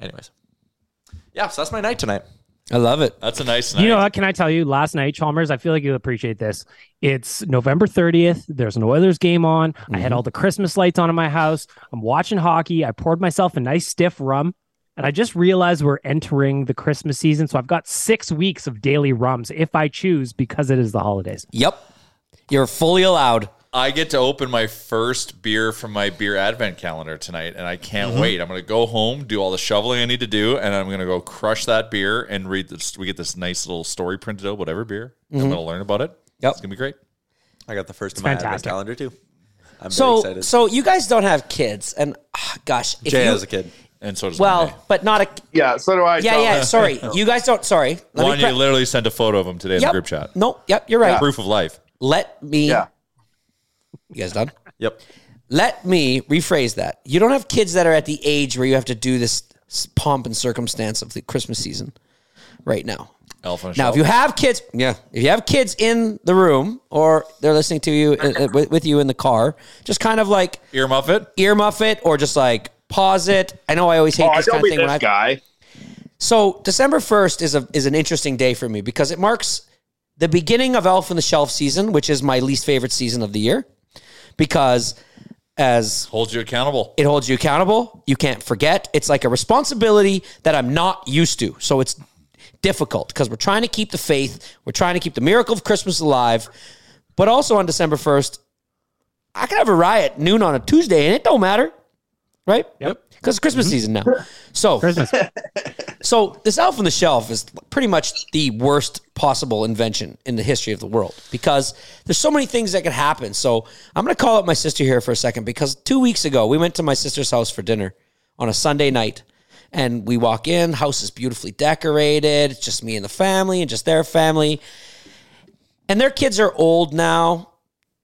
F: Anyways. Yeah, so that's my night tonight.
D: I love it.
I: That's a nice night.
H: You know what? Can I tell you? Last night, Chalmers, I feel like you'll appreciate this. It's November 30th. There's an Oilers game on. I
D: Mm-hmm.
H: had all the Christmas lights on in my house. I'm watching hockey. I poured myself a nice stiff rum. And I just realized we're entering the Christmas season. So I've got six weeks of daily rums if I choose because it is the holidays.
D: Yep. You're fully allowed.
I: I get to open my first beer from my beer advent calendar tonight, and I can't
D: Mhm.
I: wait. I'm going to go home, do all the shoveling I need to do, and I'm going to go crush that beer and read this. We get this nice little story printed out, whatever beer. I'm
F: Mhm.
D: Mm-hmm.
I: going to learn about it. Yep. It's going to be great.
F: I got the first
I: It's
F: of my advent
I: fantastic.
F: calendar too. I'm very
D: so,
F: excited.
D: so you guys don't have kids, and ah, gosh, if
F: Jay
D: you-
F: has a kid.
I: And so does
D: Well, but not a.
A: Yeah, so do I.
D: Yeah,
I: Tom.
D: yeah. Sorry, you guys don't. Sorry. Let me
I: One,
D: pre-
I: you literally sent a photo of him today in
D: Yep.
I: the group chat.
D: No, yep, you're right.
I: Proof of life.
D: Let me. You guys done? yep. Let me rephrase that. You don't have kids that are at the age where you have to do this s- pomp and circumstance of the Christmas season right now.
I: Elf on a
D: Now,
I: shelf.
D: if you have kids, yeah, if you have kids in the room or they're listening to you uh, uh, with, with you in the car, just kind of like
I: earmuff it,
D: earmuff it, or just like pause it. I know I always hate
A: Oh,
D: this
A: don't
D: kind of
A: be
D: thing when
A: this
D: I
A: guy.
D: So December first is a is an interesting day for me because it marks the beginning of Elf on the Shelf season, which is my least favorite season of the year, because as
I: holds you accountable.
D: It holds you accountable. You can't forget. It's like a responsibility that I'm not used to. So it's difficult because we're trying to keep the faith. We're trying to keep the miracle of Christmas alive. But also on December 1st, I could have a riot noon on a Tuesday and it don't matter. Right? Yep. Because Christmas season now. So so this elf on the shelf is pretty much the worst possible invention in the history of the world because there's so many things that could happen. So I'm going to call out my sister here for a second because two weeks ago we went to my sister's house for dinner on a Sunday night, and we walk in. House is beautifully decorated. It's just me and the family, and just their family, and their kids are old now.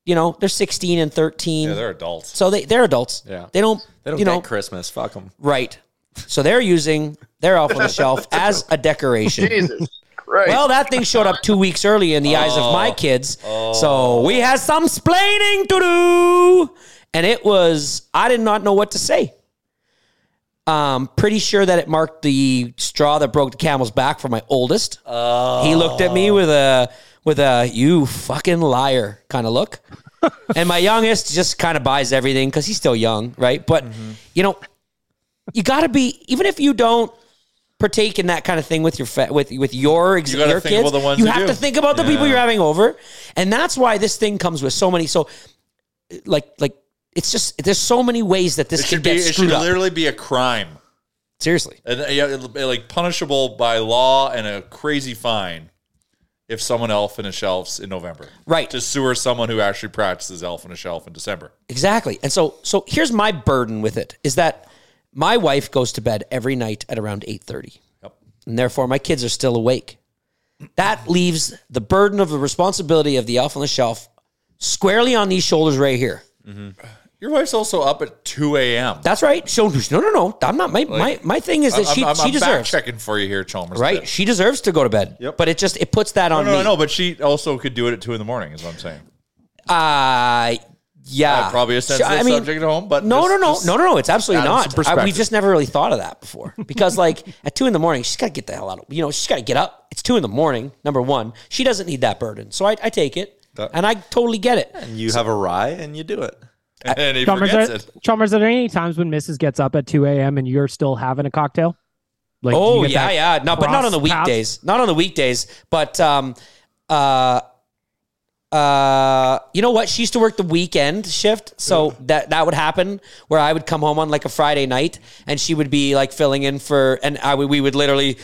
D: You know, they're 16 and 13.
F: Yeah, they're adults.
D: So they they're adults.
F: Yeah.
D: they don't
F: They don't
D: you
F: get
D: know
F: Christmas. Fuck them.
D: Right. So they're using their elf on the shelf as a decoration.
A: Jesus Christ.
D: Well, that thing showed up two weeks early in the eyes of my kids. So we had some splaining to do. And it was, I did not know what to say. Um, pretty sure that it marked the straw that broke the camel's back for my oldest. He looked at me with a with a you fucking liar kind of look. and my youngest just kind of buys everything because he's still young, right? But
I: Mm-hmm.
D: you know, you got to be even if you don't partake in that kind of thing with your fa- with with your ex-
I: You gotta
D: your
I: think
D: kids.
I: about the ones
D: you
I: that
D: have
I: do.
D: to think about the people
I: Yeah.
D: you're having over, and that's why this thing comes with so many. So, like like it's just there's so many ways that this
I: it
D: could
I: should be.
D: get
I: It should
D: screwed up.
I: literally be a crime.
D: Seriously,
I: and uh, yeah, it'll be, like punishable by law and a crazy fine if someone elf in a shelves in November,
D: right?
I: To sewer someone who actually practices elf in a shelf in December.
D: Exactly. And so so here's my burden with it is that my wife goes to bed every night at around 8:30.
I: Yep.
D: And therefore my kids are still awake. That leaves the burden of the responsibility of the elf on the shelf squarely on these shoulders right here.
I: Your wife's also up at 2 a.m.
D: That's right. So no, no, no. I'm not. My my, my thing is that
I: I'm-
D: she
I: I'm, I'm,
D: she deserves
I: checking for you here, Chalmers.
D: right. She deserves to go to bed. But it just it puts that
I: No,
D: on
I: no, no,
D: me.
I: no, but she also could do it at 2 in the morning, is what I'm saying.
D: Uh, yeah.
I: Uh, probably a
D: Sure,
I: sensitive
D: I mean,
I: subject at home, but
D: no,
I: just-
D: no, no,
I: just
D: no, no, no. It's absolutely
I: adding some
D: not. I- we
I: perspective.
D: just never really thought of that before because, like, at two in the morning, she's got to get the hell out of. You know, she's got to get up. It's two in the morning. Number one, she doesn't need that burden, so I, I take it, and I totally get it.
F: And you have a rye and you do it.
I: And he
H: Chalmers, are, Chalmers, are there any times when Mrs. gets up at 2 a.m. and you're still having a cocktail? Like, do you
D: oh
H: get
D: yeah,
H: that
D: yeah. No, but not on the
H: cross paths?
D: weekdays. Not on the weekdays. But um, uh, uh, you know what? She used to work the weekend shift, so that that would happen where I would come home on like a Friday night, and she would be like filling in for, and I would we would literally.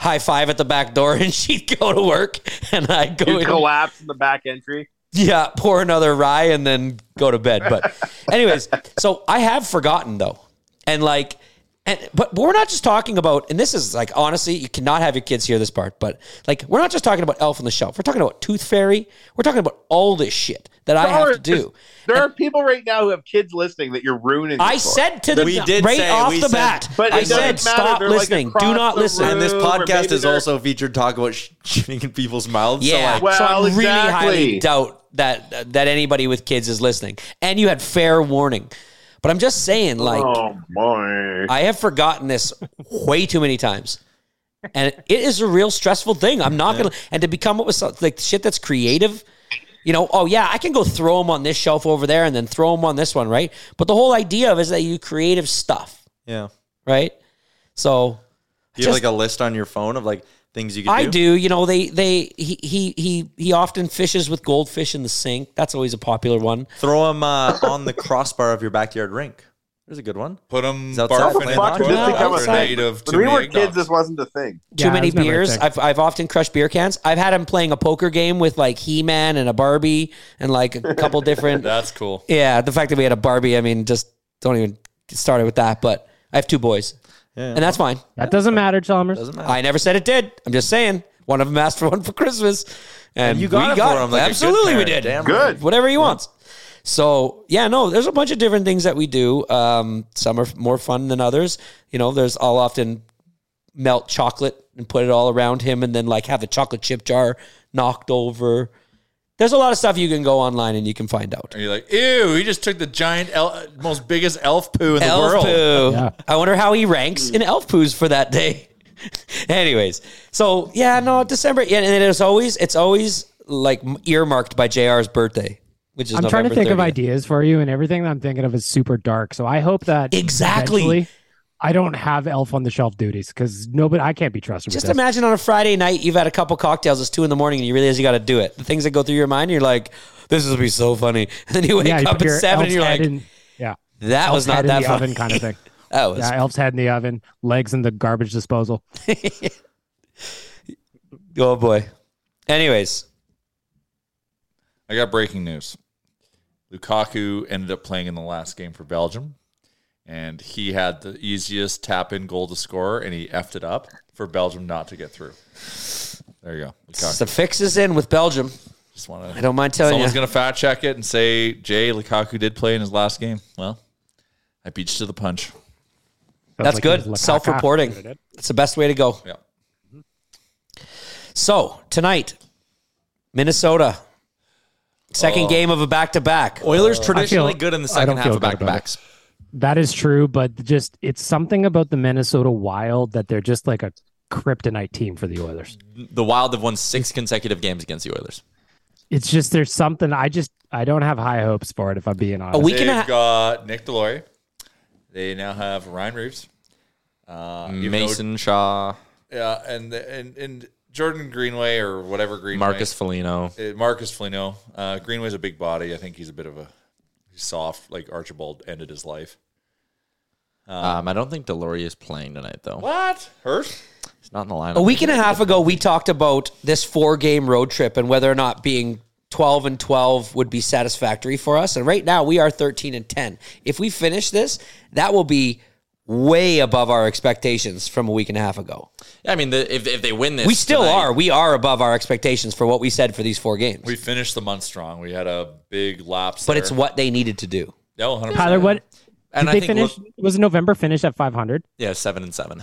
D: High five at the back door, and she'd go to work, and I'd go.
A: You
D: in.
A: collapse in the back entry.
D: Yeah, pour another rye and then go to bed. But, anyways, so I have forgotten though, and like, and but we're not just talking about. And this is like honestly, you cannot have your kids hear this part. But like, we're not just talking about Elf on the Shelf. We're talking about Tooth Fairy. We're talking about all this shit that I have to do.
A: There are people right now who have kids listening that you're ruining. it
D: I
A: for.
D: said to them We did right say- off we the said- bat,
A: But
D: I
A: it doesn't
D: said,
A: matter.
D: "Stop
A: They're, like,
D: listening. Do
A: across
D: not
A: the
D: listen."
F: And this
A: room, or
F: podcast
A: maybe
F: is
A: they're-
F: also featured talk about sh- shitting in people's mouths.
D: Yeah,
F: so like,
D: so I really highly
F: highly
D: doubt that that anybody with kids is listening. And you had fair warning, but I'm just saying, like,
A: Oh, boy.
D: I have forgotten this way too many times, and it is a real stressful thing. I'm not gonna and to become what was so- like shit that's creative. You know, oh yeah, I can go throw them on this shelf over there, and then throw them on this one, right? But the whole idea of is that you creative stuff,
F: yeah.
D: right? So
F: Do you have like a list on your phone of like things you can
D: I
F: do?
D: do. You know, they they he he he he often fishes with goldfish in the sink. That's always a popular one.
F: Throw them uh, on the crossbar of your backyard rink. There's a good one.
I: Put them
F: He's
A: What
F: outside
A: the
F: playing
A: fuck did
F: hockey.
A: this become a
F: Outside.
A: thing? When we were kids, this wasn't a thing.
D: Too many beers. I've I've often crushed beer cans. I've had him playing a poker game with like He Man and a Barbie and like a couple different.
I: That's cool.
D: Yeah, the fact that we had a Barbie. I mean, just don't even get started with that. But I have two boys, and that's fine.
H: That doesn't matter, Chalmers. Doesn't
D: I never said it did. I'm just saying. One of them asked for one for Christmas, and,
F: And you got
D: we
F: it
D: got
F: for him like a good
D: absolutely, we
F: parent.
D: did.
F: Damn right. Good.
D: whatever he wants. So yeah, no, there's a bunch of different things that we do. Um, some are more fun than others. You know, there's I'll often melt chocolate and put it all around him, and then like have the chocolate chip jar knocked over. There's a lot of stuff you can go online and you can find out.
I: And you're like, ew, he just took the giant, el- most biggest elf poo in
D: elf
I: the world.
D: poo. I wonder how he ranks in elf poos for that day. Anyways, so yeah, no, December. Yeah, and it's always it's always like earmarked by JR's birthday, which is
H: I'm trying to
D: November
H: think of
D: 30th.
H: ideas for you, and everything that I'm thinking of is super dark. So I hope that
D: Exactly.
H: eventually I don't have Elf on the Shelf duties because nobody, I can't be trusted.
D: Just
H: with this.
D: imagine on a Friday night, you've had a couple cocktails, it's two in the morning, and you realize you got to do it. The things that go through your mind, you're like, this will be so funny. And then you wake
H: Yeah, you
D: up
H: put
D: at
H: your
D: seven, and
H: elf's
D: you're
H: head
D: like,
H: in- yeah,
D: that
H: Elf's
D: was not
H: head
D: that
H: in the
D: funny.
H: oven kind of thing.
D: That was-
H: yeah, elf's head in the oven, legs in the garbage disposal.
D: oh boy. Anyways,
I: I got breaking news. Lukaku ended up playing in the last game for Belgium, and he had the easiest tap in goal to score, and he effed it up for Belgium not to get through. There you go. Lukaku.
D: the fix is in with Belgium.
I: Just want
D: I don't mind telling
I: Someone's
D: you.
I: going to fact check it and say Jay Lukaku did play in his last game. Well, I beat you to the punch.
D: That's good. Self reporting. It's the best way to go.
I: Yeah.
D: So tonight, Minnesota, second
F: Oh.
D: game of a back to back.
F: Oilers
H: Uh, I
F: traditionally
H: feel-
F: good in the
H: I
F: second
H: don't
F: half
H: feel
F: of
H: good
F: back
H: about
F: to backs.
H: That is true, but just it's something about the Minnesota Wild that they're just like a kryptonite team for the Oilers.
F: The Wild have won six consecutive games against the Oilers.
H: It's just there's something I just I don't have high hopes for it if I'm being honest.
I: They've got Uh, Nick Delory. They now have Ryan Reeves, uh, even though-
F: Mason Shaw.
I: yeah, and and and Jordan Greenway or whatever Greenway.
F: Marcus Foligno.
I: Uh, Marcus Foligno. Uh, Greenway's a big body. I think he's a bit of a he's soft. Like Archibald ended his life.
F: Um, I don't think Delory is playing tonight though.
I: What hurt?
F: He's not in the lineup.
H: Oh,
D: A week and a half ago, we talked about this four game road trip and whether or not being 12 and 12 would be satisfactory for us. And right now, we are 13 and 10. If we finish this, that will be way above our expectations from a week and a half ago.
F: Yeah, I mean, the, if if they win this,
D: we still
F: tonight-
D: are. We are above our expectations for what we said for these four games.
I: We finished the month strong. We had a big lapse,
D: But
I: there.
D: it's what they needed to do.
I: No, 100%.
H: Tyler, what?
I: And
H: did
I: I
H: they
I: think
H: finish?
I: we'll-
H: was November finish at 500?
F: Yeah, seven and seven.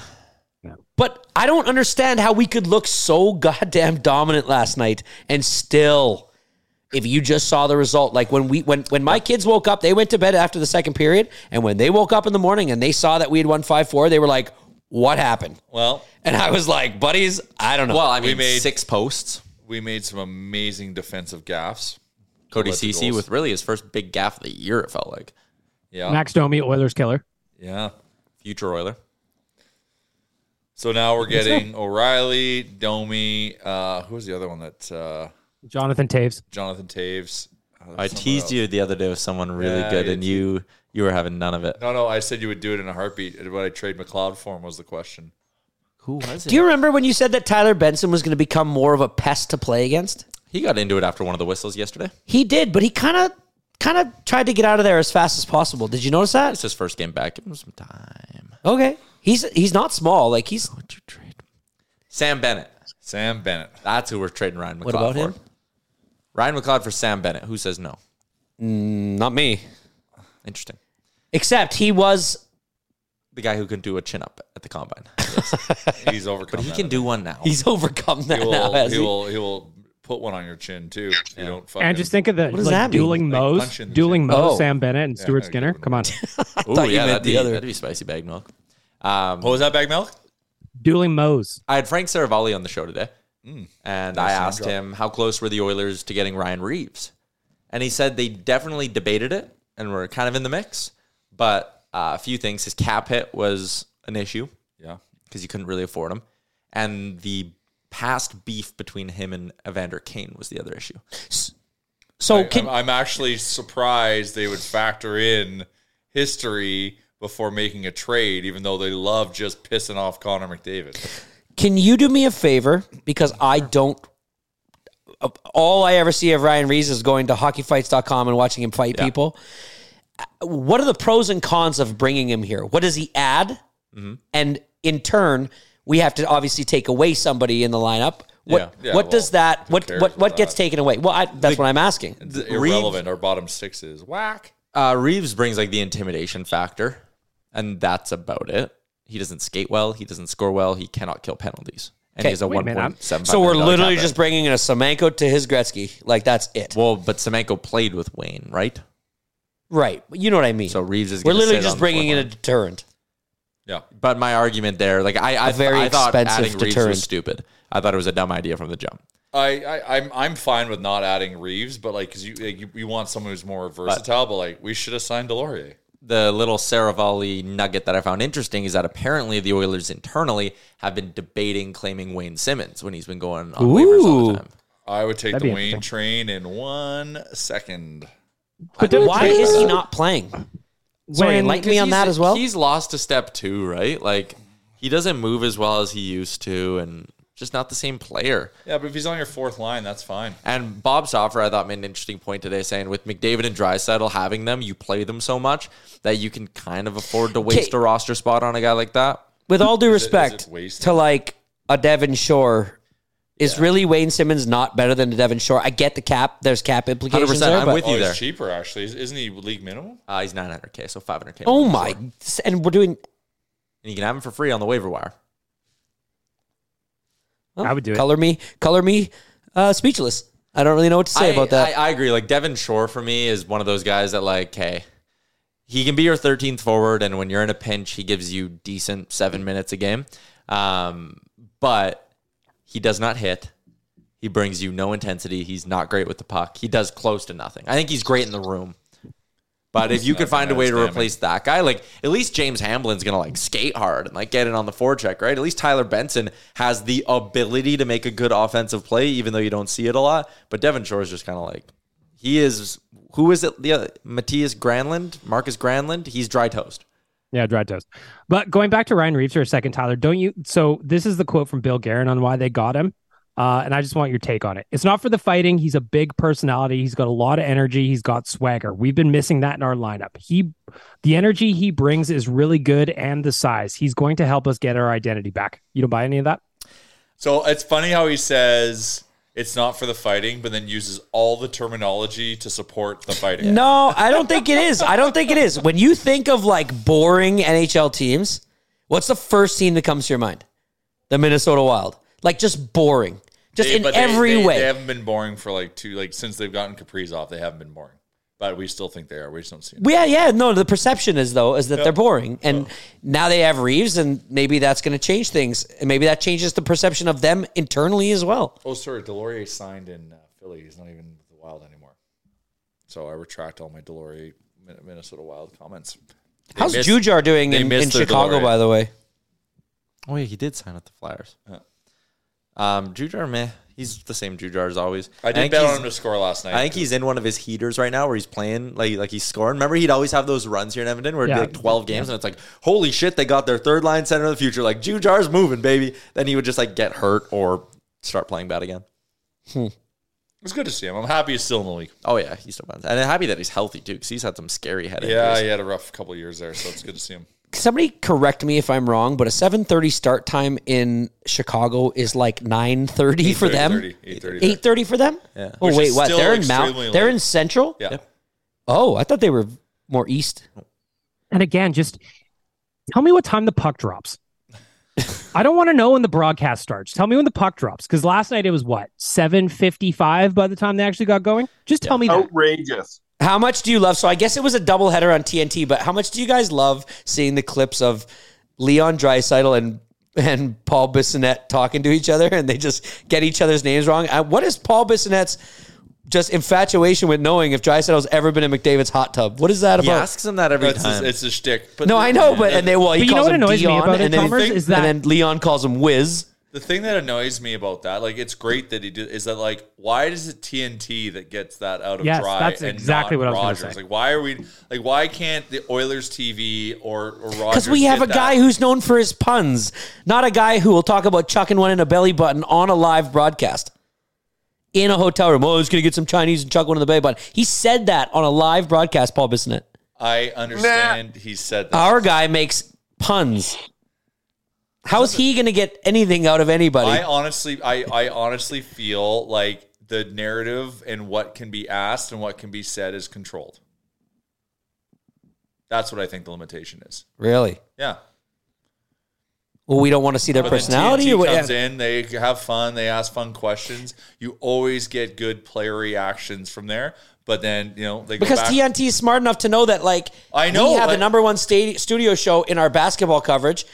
D: But I don't understand how we could look so goddamn dominant last night and still if you just saw the result like when we when when my kids woke up they went to bed after the second period and when they woke up in the morning and they saw that we had won 5-4 they were like what happened?
I: Well,
D: And I was like, buddies, I don't know.
F: Well, I mean, six posts.
I: We made some amazing defensive gaffes.
F: Cody
I: Let the
F: CC
I: goals-
F: with really his first big gaff of the year. It felt like.
I: Yeah.
H: Max Domi, Oilers killer.
I: Yeah.
F: Future Oiler.
I: So now we're
H: I think so.
I: getting O'Reilly, Domi. Uh, who was the other one that? Uh,
H: Jonathan Taves.
I: Jonathan Taves. Uh,
F: I
I: someone
F: teased
I: else.
F: you the other day with someone really
I: Yeah,
F: good,
I: you
F: and you you were having none of it.
I: No, no. I said you would do it in a heartbeat. And What I trade McLeod for him was the question.
F: Who was
D: Do you remember when you said that Tyler Benson was going to become more of a pest to play against?
F: He got into it after one of the whistles yesterday.
D: He did, but he kind of kind of tried to get out of there as fast as possible. Did you notice that? It's
F: his first game back. Give him some time.
D: Okay. He's he's not small. Like he's
F: Sam Bennett.
I: Sam Bennett.
F: That's who we're trading Ryan McLeod
D: What about
F: for.
D: him?
F: Ryan McLeod for Sam Bennett. Who says no?
D: Mm, not me.
F: Interesting.
D: Except he was
F: The guy who can do a chin up at the combine.
I: He's overcome.
F: But he
I: that.
F: can do one now.
D: He's overcome that
I: he will,
D: now. has
I: he,
D: he?
I: will. He will put one on your chin too. if You don't. Fucking,
H: And just think of the
I: What does
H: like,
I: that mean?
H: dueling
I: Like,
H: Moe's,
I: punch in the
H: dueling
I: chin.
H: Moe's,
I: Oh.
H: Sam Bennett, and
I: Yeah,
H: Stuart
I: I
H: Skinner. Come on.
F: Ooh,
D: thought you
F: yeah,
D: meant
F: that'd
D: the
F: be,
D: other.
F: that'd be spicy bag milk. Um,
I: What was that bag milk?
H: dueling Moe's.
F: I had Frank Saravalli on the show today,
I: Mm.
F: and
I: Nice
F: I
I: name
F: asked
I: drop.
F: him how close were the Oilers to getting Ryan Reeves, and he said they definitely debated it and were kind of in the mix, but uh, a few things. His cap hit was an issue,
I: Yeah.
F: because you couldn't really afford him, and the past beef between him and Evander Kane was the other issue.
D: So
I: I,
D: can
I: am I'm actually surprised they would factor in history before making a trade, even though they love just pissing off Connor McDavid.
D: can you do me a favor because I don't. uh, All I ever see of Ryan Reeves is going to hockeyfights.com and watching him fight people. Uh, What are the pros and cons of bringing him here? What does he add? And in turn, we have to obviously take away somebody in the lineup. What
I: Yeah. Yeah,
D: what does that what
I: cares
D: what what
I: about
D: gets taken away? Well, I, that's what I'm asking.
I: It's irrelevant. Our bottom six is whack.
F: Uh, Reeves brings like the intimidation factor, and that's about it. He doesn't skate well. He doesn't score well. He cannot kill penalties, and he
D: Okay.
F: has a
D: Wait a
F: one
D: minute,
F: point seven.
D: So we're literally just bringing in a Semenko to his Gretzky. Like that's it.
F: well, but Semenko played with Wayne, right?
D: Right. You know what I mean.
F: So Reeves is.
D: We're
F: gonna
D: literally
F: sit
D: just
F: on the
D: bringing in a
F: fourth
D: deterrent.
I: Yeah.
F: line. But my argument there, like I, I,
D: A very
F: I thought
D: expensive
F: adding Reeves
D: deterrent.
F: was stupid. I thought it was a dumb idea from the jump.
I: I, I I'm I'm fine with not adding Reeves, but like because you, like, you you want someone who's more versatile. But, like we should have signed Delorier.
F: the little Saravalli nugget that I found interesting is that apparently the Oilers internally have been debating claiming Wayne Simmons when he's been going on waivers all the time.
I: I would take
F: That'd
I: the
F: be
I: Wayne train in one second.
H: But
F: don't
D: Why
F: think
D: is he
F: that.
D: not playing? Sorry,
F: When-
D: enlighten me on
F: because
D: that
F: he's-
D: as well.
F: He's lost a step too, right? Like he doesn't move as well as he used to, and just not the same player.
I: Yeah, but if he's on your fourth line, that's fine.
F: And Bob Soffer, I thought made an interesting point today, saying with McDavid and Drysaddle having them, you play them so much that you can kind of afford to waste a roster spot on a guy like that.
D: With all due respect to like a Devon Shore, is really Wayne Simmons not better than a Devon Shore? I get the cap. There's cap implications.
F: 100%,
D: there,
F: I'm
D: but-
F: with you
I: Oh,
F: there.
I: he's cheaper actually. Is- Isn't he league minimum?
F: Uh, he's 900k, so 500k.
D: Oh my! And we're doing.
F: And you can have him for free on the waiver wire.
D: I would do it. Color me, color me, uh, speechless. I don't really know what to say
F: I,
D: about that.
F: I, I agree. Like Devin Shore for me is one of those guys that like, hey, he can be your 13th forward, and when you're in a pinch, he gives you decent seven minutes a game. Um, but he does not hit. He brings you no intensity. He's not great with the puck. He does close to nothing. I think he's great in the room. But if you could find a way to
I: Outstanding.
F: replace that guy, like at least James Hamblin's gonna like skate hard and like get in on the forecheck, right? At least Tyler Benson has the ability to make a good offensive play, even though you don't see it a lot. But Devon Shore is just kind of like he is. Who is it? The other, Matthias Granlund, Marcus Granlund. He's dry toast.
H: Yeah, dry toast. But going back to Ryan Reeves for a second, Tyler, don't you? So this is the quote from Bill Guerin on why they got him. Uh, and I just want your take on it. It's not for the fighting. He's a big personality. He's got a lot of energy. He's got swagger. We've been missing that in our lineup. He, the energy he brings is really good, and the size. He's going to help us get our identity back. You don't buy any of that?
I: So it's funny how he says it's not for the fighting, but then uses all the terminology to support the fighting.
D: No, I don't think it is. I don't think it is. When you think of like boring NHL teams, what's the first team that comes to your mind? The Minnesota Wild. Like just boring. Just
I: They-
D: in
I: but they-
D: every
I: they-
D: way.
I: They haven't been boring for like two, like since they've gotten Kaprizov, they haven't been boring. But we still think they are. We just don't see it.
D: Well, Yeah, yeah. No, the perception is though is that they're boring, and now they have Reeves, and maybe that's going to change things, and maybe that changes the perception of them internally as well.
I: Oh, sorry, Delorier signed in uh, Philly. He's not even with the Wild anymore. So I retract all my Delorier Min- Minnesota Wild comments. They
D: How's
I: missed-
D: Jujar doing
I: they
D: in, in
I: missed their
D: Chicago,
I: Delorier.
D: by the way?
F: Oh yeah, he did sign with the Flyers. Um, Jujar, meh, he's the same Jujar as always.
I: I did
F: think
I: bet on
F: he's-
I: him to score last night.
F: I think he's in one of his heaters right now where he's playing like like he's scoring. Remember, he'd always have those runs here in Edmonton where it'd
I: Yeah.
F: be like twelve games, and it's like, holy shit, they got their third line center of the future. Like Jujar's moving, baby. Then he would just like get hurt or start playing bad again.
I: It's good to see him. I'm happy he's still in the league.
F: Oh yeah, he's still bouncing, and I'm happy that he's healthy too because he's had some scary head
I: yeah,
F: injuries.
I: he had a rough couple of years there, so it's good to see him.
D: Somebody correct me if I'm wrong, but a 7:30 start time in Chicago is like 9:30 for them.
I: 8:30, 8:30.
D: 8:30 for them.
I: Yeah.
D: Oh
I: Which is
D: wait, what?
I: still
D: They're in Mount.
I: extremely
D: They're
I: late.
D: in Central.
I: Yeah.
D: Oh, I thought they were more east.
H: And again, just tell me what time the puck drops. I don't want to know when the broadcast starts. Tell me when the puck drops because last night it was what seven fifty five by the time they actually got going. Just tell me that.
A: Outrageous.
D: How much do you love? So I guess it was a doubleheader on TNT, but how much do you guys love seeing the clips of Leon Dreisaitl and and Paul Bissonnette talking to each other, and they just get each other's names wrong? Uh, what is Paul Bissonnette's just infatuation with knowing if Dreisaitl's ever been in McDavid's hot tub? What is that
F: He
D: about?
F: asks him that every
I: That's his-
F: time.
I: it's a shtick.
D: no, I know, but and they well, he
H: But you know
D: calls
H: what
D: him
H: annoys me
D: Dion,
H: about it,
D: and then,
H: Chalmers, is that-
D: and then Leon calls him Wiz.
I: The thing that annoys me about that, like, it's great that he did, is that like, why is it TNT that gets that out of
H: Yes,
I: dry?
H: that's
I: and
H: exactly
I: not
H: what I was gonna
I: Rogers?
H: say.
I: Like, why are we like, why can't the Oilers TV or, or Rogers?
D: Because we have
I: get
D: a guy
I: that?
D: who's known for his puns, not a guy who will talk about chucking one in a belly button on a live broadcast in a hotel room. Oh, he's going to get some Chinese and chuck one in the belly button. He said that on a live broadcast, Paul Bissonnette.
I: I understand. He said that.
D: Our guy makes puns. How's he going to get anything out of anybody?
I: I honestly, I, I honestly feel like the narrative and what can be asked and what can be said is controlled. That's what I think the limitation is.
D: really?
I: Yeah.
D: Well, we don't want to see their
I: But then
D: personality
I: TNT
D: or what?
I: comes in, they have fun, they ask fun questions. You always get good player reactions from there. But then you know they go
D: Because
I: back.
D: TNT is smart enough to know that, like,
I: I know,
D: we have the
I: I-
D: number one stadi- studio show in our basketball coverage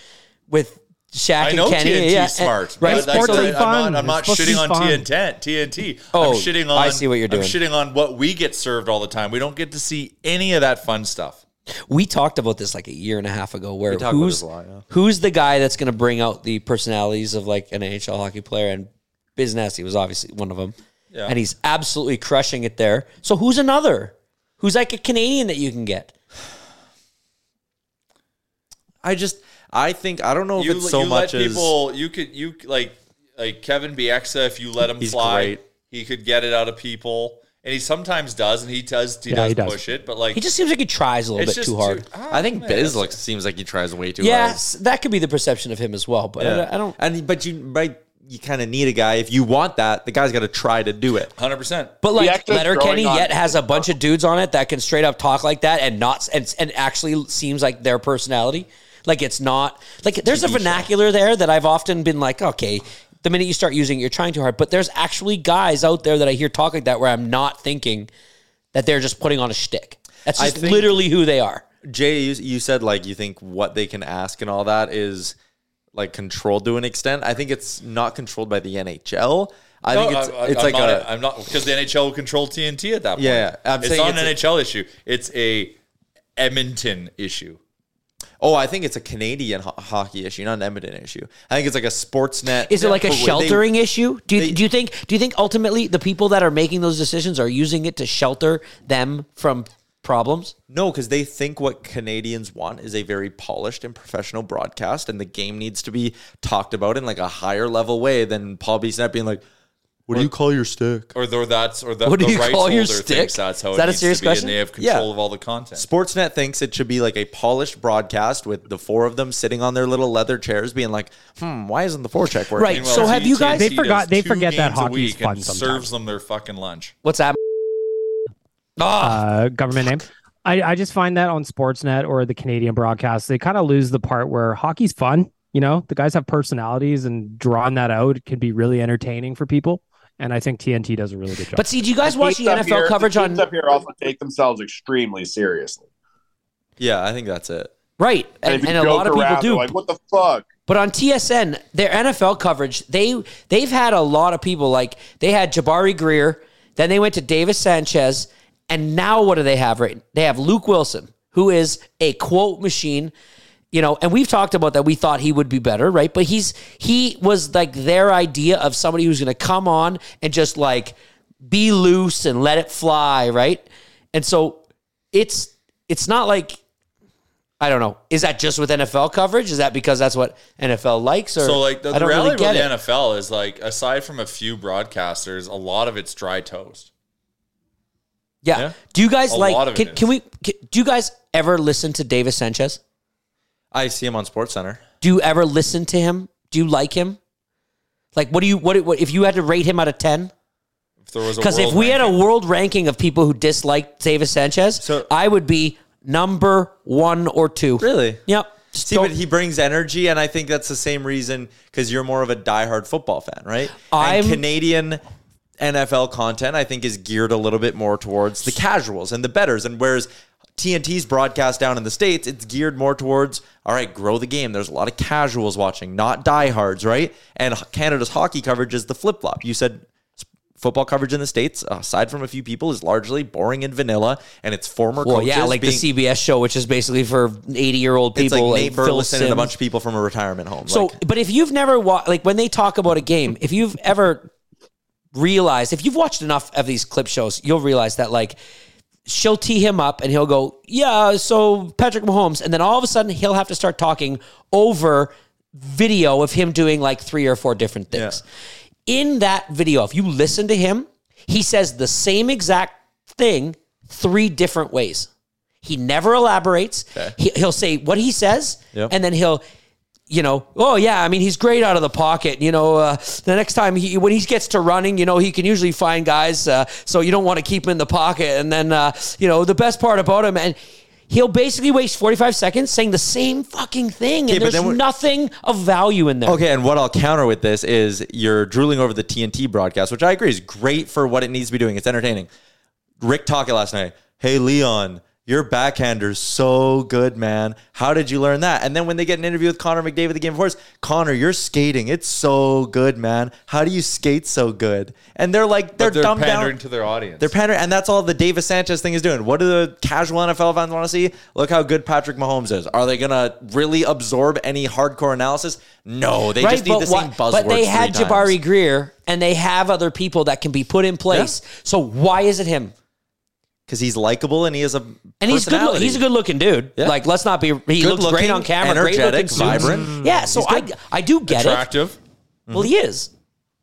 D: with Shaq
I: I
D: and
I: know
D: Kenny.
I: TNT
D: yeah, and-
I: smart,
D: right?
I: but
D: So
I: that's-
D: they-
I: I'm not, I'm
D: It's
I: not
D: supposed to be
I: shitting on
D: fun.
I: TNT. TNT.
D: Oh,
I: I'm shitting on.
D: I see what you're doing.
I: I'm shitting on what we get served all the time. We don't get to see any of that fun stuff.
D: We talked about this like a year and a half ago. Where
F: We talk about
D: who's
F: this a lot, yeah.
D: who's the guy that's going to bring out the personalities of like an NHL hockey player? And Biz Nasty was obviously one of them,
I: Yeah.
D: and he's absolutely crushing it there. So who's another? Who's like a Canadian that you can get?
F: I just, I think, I don't know if
I: You,
F: it's so
I: you
F: much
I: let
F: as
I: people. You could you like like Kevin Bieksa. If you let him
F: He's
I: fly,
F: great.
I: he could get it out of people, and he sometimes does, and he does. He,
F: Yeah,
I: does,
F: he does.
I: push it, but like
D: He just seems like he tries a little
I: It's
D: bit
I: just
D: too hard.
I: too- ah,
F: I think
I: man,
F: Biz
I: that's-
F: looks seems like he tries way too hard.
D: Yes, that could be the perception of him as well. But I
F: Yeah.
D: don't- I don't.
F: And but you right, you kind of need a guy if you want that. The guy's got to try to do it.
I: Hundred percent.
D: But like Letterkenny yet has a bunch of dudes on it that can straight up talk like that and not and, and actually seems like their personality. Like it's not like there's a vernacular there that I've often been like, okay, the minute you start using it, you're trying too hard. But there's actually guys out there that I hear talk like that where I'm not thinking that they're just putting on a shtick. That's
F: I
D: just
F: think-
D: literally who they are.
F: Jay, you, you said like you think what they can ask and all that is like controlled to an extent. I think it's not controlled by the NHL. I
I: No,
F: think it's
I: I- I-
F: it's
I: I'm
F: like
I: not,
F: a,
I: I'm not because the NHL will control TNT at that point.
F: Yeah, yeah. I'm
I: it's
F: saying
I: not
F: it's
I: an
F: a-
I: NHL issue. It's a Edmonton issue.
F: oh, I think it's a Canadian ho- hockey issue, not an Edmonton issue. I think it's like a sports net.
D: Is it like a
F: but they-
D: sheltering issue? Do you, do you think do you think ultimately the people that are making those decisions are using it to shelter them from problems?
F: No, because they think what Canadians want is a very polished and professional broadcast, and the game needs to be talked about in like a higher level way than Paul Bissonnette being like, What do you call your stick?
I: Or though that's or the,
F: What do
I: the
F: you
I: rights
F: call your
I: holder thinks
F: stick?
I: that's how
F: Is
I: it
F: that a
I: needs
F: serious
I: to be,
F: question?
I: and they have control
F: Yeah.
I: of all the content.
F: Sportsnet thinks it should be like a polished broadcast with the four of them sitting on their little leather chairs, being like, "Hmm, why isn't the forecheck working?"
D: Right, Meanwhile, so have you guys-
I: TNT
D: They forgot-
I: does
D: they
I: two
D: forget that
I: games a
D: hockey is
I: week
D: fun
I: and
D: sometimes.
I: serves them their fucking lunch.
D: What's that?
A: Ah.
H: uh, government name. I, I just find that on Sportsnet or the Canadian broadcast, they kind of lose the part where hockey's fun. You know, the guys have personalities, and drawing that out can be really entertaining for people. And I think TNT does a really good job.
D: But see, do you guys watch the
A: teams up
D: NFL
A: here-
D: coverage
A: the
D: on?
A: teams up here also take themselves extremely seriously.
F: Yeah, I think that's it.
D: Right, and,
A: if you
D: and a
A: joke
D: lot of people
A: around, they're
D: do.
A: Like, what the fuck?
D: But on TSN, their NFL coverage, they they've had a lot of people. Like they had Jabari Greer, then they went to Davis Sanchez, and now what do they have? Right, they have Luke Wilson, who is a quote machine. You know, and we've talked about that. We thought he would be better, right? But he's he was like their idea of somebody who's going to come on and just like be loose and let it fly, right? And so it's it's not like I don't know. Is that just with NFL coverage? Is that because that's what NFL likes? Or
I: So like the,
D: I
I: the
D: don't
I: reality
D: really get
I: with
D: it.
I: the NFL is like aside from a few broadcasters, a lot of it's dry toast.
D: yeah. Do you guys
I: A lot
D: like?
I: of
D: Can,
I: it
D: can we? Can, do you guys ever listen to Davis Sanchez?
F: I see him on SportsCenter.
D: Do you ever listen to him? Do you like him? Like, what do you? What, what if you had to rate him out of ten?
I: If there was a
D: Because if
I: world
D: we had a world ranking of people who disliked Davis Sanchez, I would be number one or two.
F: Really?
D: Yep.
F: See, but he brings energy, and I think that's the same reason because you're more of a diehard football fan, right?
D: I'm-
F: and Canadian NFL content, I think, is geared a little bit more towards the casuals and the betters, and whereas TNT's broadcast down in the states, it's geared more towards all right, grow the game. There's a lot of casuals watching, not diehards, right? And Canada's hockey coverage is the flip flop. You said football coverage in the states, aside from a few people, is largely boring and vanilla, and it's former
D: Well,
F: coaches
D: yeah, like
F: being
D: the CBS show, which is basically for eighty-year-old people.
F: it's like Nate
D: Phil
F: Burleson and a
D: Simms.
F: bunch of people from a retirement home.
D: So,
F: like,
D: but if you've never watched, like when they talk about a game, if you've ever realized, if you've watched enough of these clip shows, you'll realize that like she'll tee him up and he'll go, yeah, so Patrick Mahomes. And then all of a sudden he'll have to start talking over video of him doing like three or four different things. In that video, if you listen to him, he says the same exact thing three different ways. He never elaborates. He, he'll say what he says,
F: Yep.
D: and then he'll you know, oh yeah, I mean he's great out of the pocket. You know, uh, the next time he when he gets to running, you know he can usually find guys. Uh, so you don't want to keep him in the pocket. And then uh, you know the best part about him and. He'll basically waste 45 seconds saying the same fucking thing, and
F: Okay, but
D: there's
F: then we're-
D: nothing of value in there.
F: Okay, and what I'll counter with this is you're drooling over the TNT broadcast, which I agree is great for what it needs to be doing. It's entertaining. Rick Tockett last night. Hey, Leon, your backhander's so good, man. How did you learn that? And then when they get an interview with Connor McDavid the game before, it's Connor, you're skating. It's so good, man. How do you skate so good? And they're like, they're,
I: But they're
F: dumbed
I: pandering
F: down.
I: to their audience.
F: They're pandering, and that's all the Davis Sanchez thing is doing. What do the casual NFL fans want to see? Look how good Patrick Mahomes is. Are they going to really absorb any hardcore analysis? No, they just need the same
D: why-
F: buzzwords.
D: But they
F: three
D: had
F: times.
D: Jabari Greer, and they have other people that can be put in place. So why is it him?
F: because he's likable and he is a
D: And he's good. Look, he's a good looking dude.
F: Yeah.
D: Like, let's not be. He looks great
F: Good-looking,
D: on camera. great
F: energetic,
D: looking suits. Mm-hmm.
F: vibrant.
D: Yeah. So I I do get
I: attractive. Mm-hmm.
D: it. Well, he is,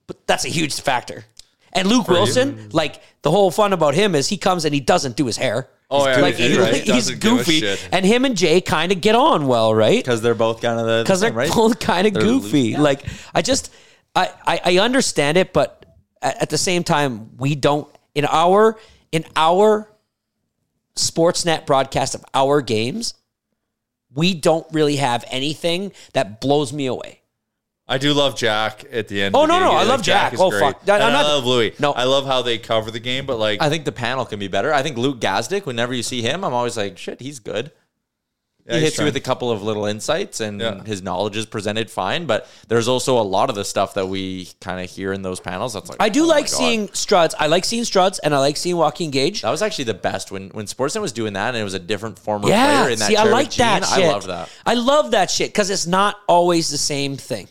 D: but that's a huge factor. And Luke Wilson, like the whole fun about him is he comes and he doesn't do his hair.
I: Oh, yeah,
D: like,
I: he
D: he-
I: doesn't. He
D: he's
I: doesn't give a
D: goofy,
I: shit.
D: and him and Jay kind of get on well, right?
F: Because they're both kind of the
D: because they're
F: same, right?
D: both kind of
F: They're
D: goofy.
F: loose.
D: Like I just I, I I understand it, but at, at the same time, we don't in our in our Sportsnet broadcast of our games, we don't really have anything that blows me away.
I: I do love Jack at the end.
D: Oh,
I: of the
D: no,
I: game.
D: no, I
I: Like,
D: love Jack.
I: is
D: Oh,
I: great.
D: fuck. No,
I: And
D: I'm
I: I
D: not-
I: love Louis. No, I love how they cover the game, but like
F: I think the panel can be better. I think Luke Gazdick, whenever you see him, I'm always like, shit, he's good.
I: Yeah,
F: he
I: he's
F: hits you
I: trying.
F: with a couple of little insights and
I: Yeah.
F: his knowledge is presented fine, but there's also a lot of the stuff that we kind of hear in those panels. That's like
D: I do
F: oh my
D: like
F: God.
D: seeing Struds. I like seeing Struds, and I like seeing Joaquin Gage.
F: that was actually the best when when Sportsnet was doing that and it was a different former
D: Yeah,
F: player in that
D: see, I
F: chair with
D: like that.
F: Gene.
D: Shit.
F: I loved that.
D: I love that shit because it's not always the same thing.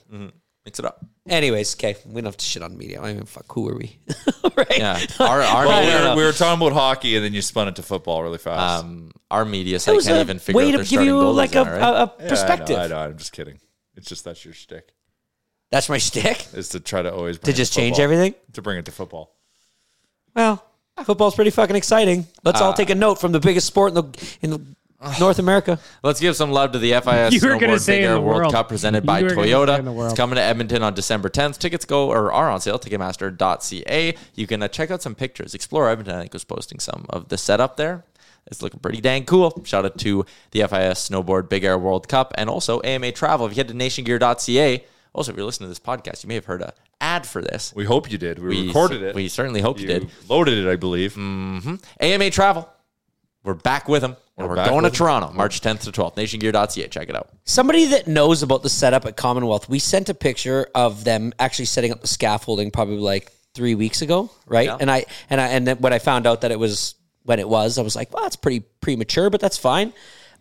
F: Mix it up.
D: Anyways, okay, we don't have to shit on media. I mean, fuck, who are we?
F: Yeah. Our, our
I: Well, we
F: media,
I: were- we, were, talking about hockey, and then you spun it to football really fast.
F: um, our media
D: It
F: site
D: was
F: can't
D: a
F: even figure
D: way
F: out
D: to
F: their
D: give
F: starting
D: you,
F: goalies
D: like,
F: now,
D: a- a-
F: right?
D: a
I: Yeah, I know,
D: perspective.
I: I know, I'm just kidding. It's just that's your shtick.
D: That's my stick.
I: Is to try to always
D: To
I: it
D: just change
I: football.
D: everything?
I: to bring it to football.
D: Well, football's pretty fucking exciting. Let's all
I: Uh,
D: take a note from the biggest sport in the in the North America.
F: Let's give some love to the FIS
D: You were gonna
F: Snowboard
D: say in
F: Big Air
D: the
F: World
D: world.
F: Cup presented
D: You
F: by
D: were gonna say
F: Toyota.
D: in the world.
F: It's coming to Edmonton on December 10th. Tickets go or are on sale. Ticketmaster.ca. You can uh, check out some pictures. Explore Edmonton. I think was posting some of the setup there. It's looking pretty dang cool. Shout out to the FIS Snowboard Big Air World Cup and also AMA Travel. If you head to nationgear.ca, also if you're listening to this podcast, you may have heard a ad for this.
I: We hope you did. We, recorded it.
F: We certainly hope you,
I: You
F: did.
I: Loaded it, I believe.
F: Mm-hmm. AMA Travel. We're back with them. and we're
I: back
F: going to
I: with 'em.
F: Toronto, March 10th to 12th. Nationgear.ca. Check it out.
D: Somebody that knows about the setup at Commonwealth, we sent a picture of them actually setting up the scaffolding probably like three weeks ago, right?
F: Yeah.
D: And I and I and then when I found out that it was when it was, I was like, well, that's pretty premature, but that's fine.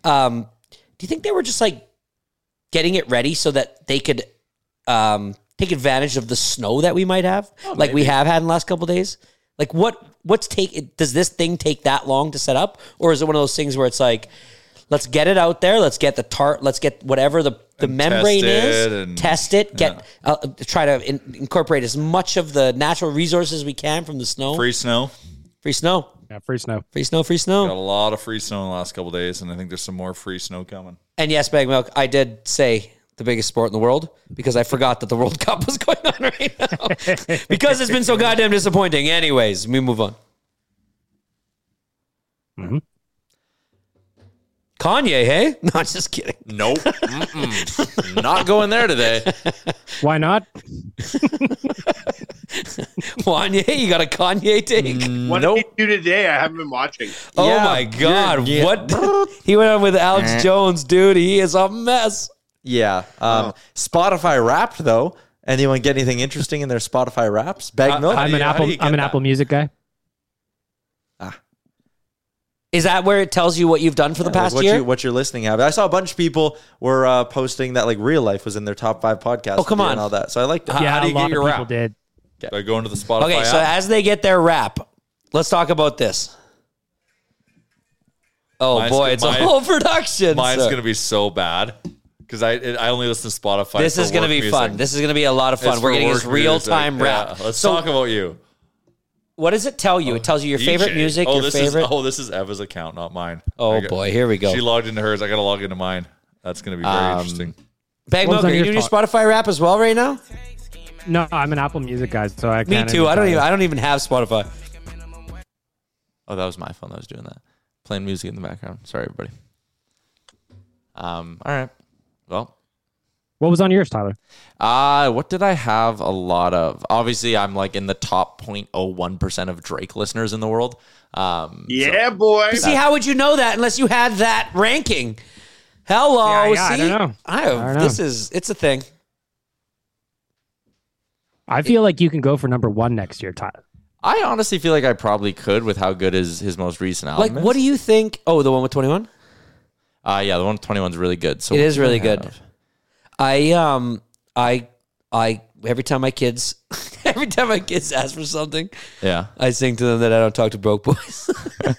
D: Um, do you think they were just like getting it ready so that they could um, take advantage of the snow that we might have, like we
F: Oh, maybe.
D: have had in the last couple of days? Like what what's take? Does this thing take that long to set up, or is it one of those things where it's like? Let's get it out there. Let's get the tart. Let's get whatever the, the membrane
I: test it
D: is.
I: and-
D: test it. Get uh, try to in, incorporate as much of the natural resources we can from the snow.
I: Free snow.
D: free snow.
H: Yeah, free snow.
D: Free snow. Free snow.
I: Got a lot of free snow in the last couple days, and I think there's some more free snow coming.
D: And yes, Bag Milk, I did say the biggest sport in the world because I forgot that the World Cup was going on right now. because it's been so goddamn disappointing. Anyways, we move on.
H: Mhm.
D: Kanye, hey? No, I'm just kidding.
F: Nope. Mm-mm. Not going there today.
H: Why not?
D: Kanye, you got a Kanye take?
A: What did he do today? I haven't been watching.
D: Oh my God!
F: yeah.
D: What he went on with Alex Jones, dude? He is a mess.
F: Yeah. Um, Spotify Wrapped though. Anyone get anything interesting in their Spotify Wraps? Bag milk.
H: I'm an Apple. I'm an Apple Music guy.
D: Is that where it tells you what you've done for the
F: Yeah, like
D: past
F: what
D: year?
F: You, what your listening habit? I saw a bunch of people were uh, posting that like real life was in their top five podcasts.
D: Oh, come
F: and
D: on.
F: all that. So I liked it.
H: yeah,
I: how do you
H: a lot
I: get your
H: of people
I: rap?
H: did.
I: By going to the Spotify
D: okay, so
I: app.
D: as they get their wrap, let's talk about this. Oh
I: Mine's-
D: boy, it's
I: mine-
D: a whole production.
I: Mine's
D: sir.
I: going to be so bad because I it, I only listen to Spotify.
D: This
I: for
D: is going to
I: work
D: be
I: music.
D: fun. This is going to be a lot of fun.
I: It's
D: We're
I: for
D: getting
I: work
D: this real
I: music.
D: time
I: Yeah,
D: wrap.
I: let's
D: so,
I: talk about you.
D: what does it tell you? It tells you your favorite
I: DJ.
D: music,
I: Oh,
D: your
I: this
D: favorite.
I: Is, oh, this is Eva's account, not mine.
D: Oh,
I: I got-
D: boy, here we go.
I: She logged into hers. I got to log into mine. That's going to be very
F: Um,
I: interesting.
D: Bag
H: What was
D: Milk,
H: on
D: are you
H: your
D: doing your
H: top?
D: Spotify wrap as well right now?
H: No, I'm an Apple Music guy, so I.
D: Me
H: can't
D: too. I don't
H: tell you.
D: even. I don't even have Spotify.
F: Oh, that was my phone that was doing that. Playing music in the background. Sorry, everybody. Um. All right. Well,
H: What was on yours, Tyler?
F: Uh, what did I have a lot of? Obviously, I'm like in the top 0.01% of Drake listeners in the world. Um,
A: Yeah, boy.
D: See, how would you know that unless you had that ranking?
H: Yeah,
D: Hello.
H: yeah,
D: see,
H: I don't know.
D: I-
H: don't know.
D: This is it's a thing.
H: I feel like you can go for number one next year, Tyler.
F: I honestly feel like I probably could with how good his, his most recent album
D: Like, what do you think? Oh, the one with Twenty One.
F: you- uh, yeah, the one 21's really good. So
D: It
F: what
D: is
F: did
D: really
F: I
D: good.
F: have?
D: I um I I every time my kids every time my kids ask for something,
F: Yeah.
D: I sing to them that I don't talk to broke boys.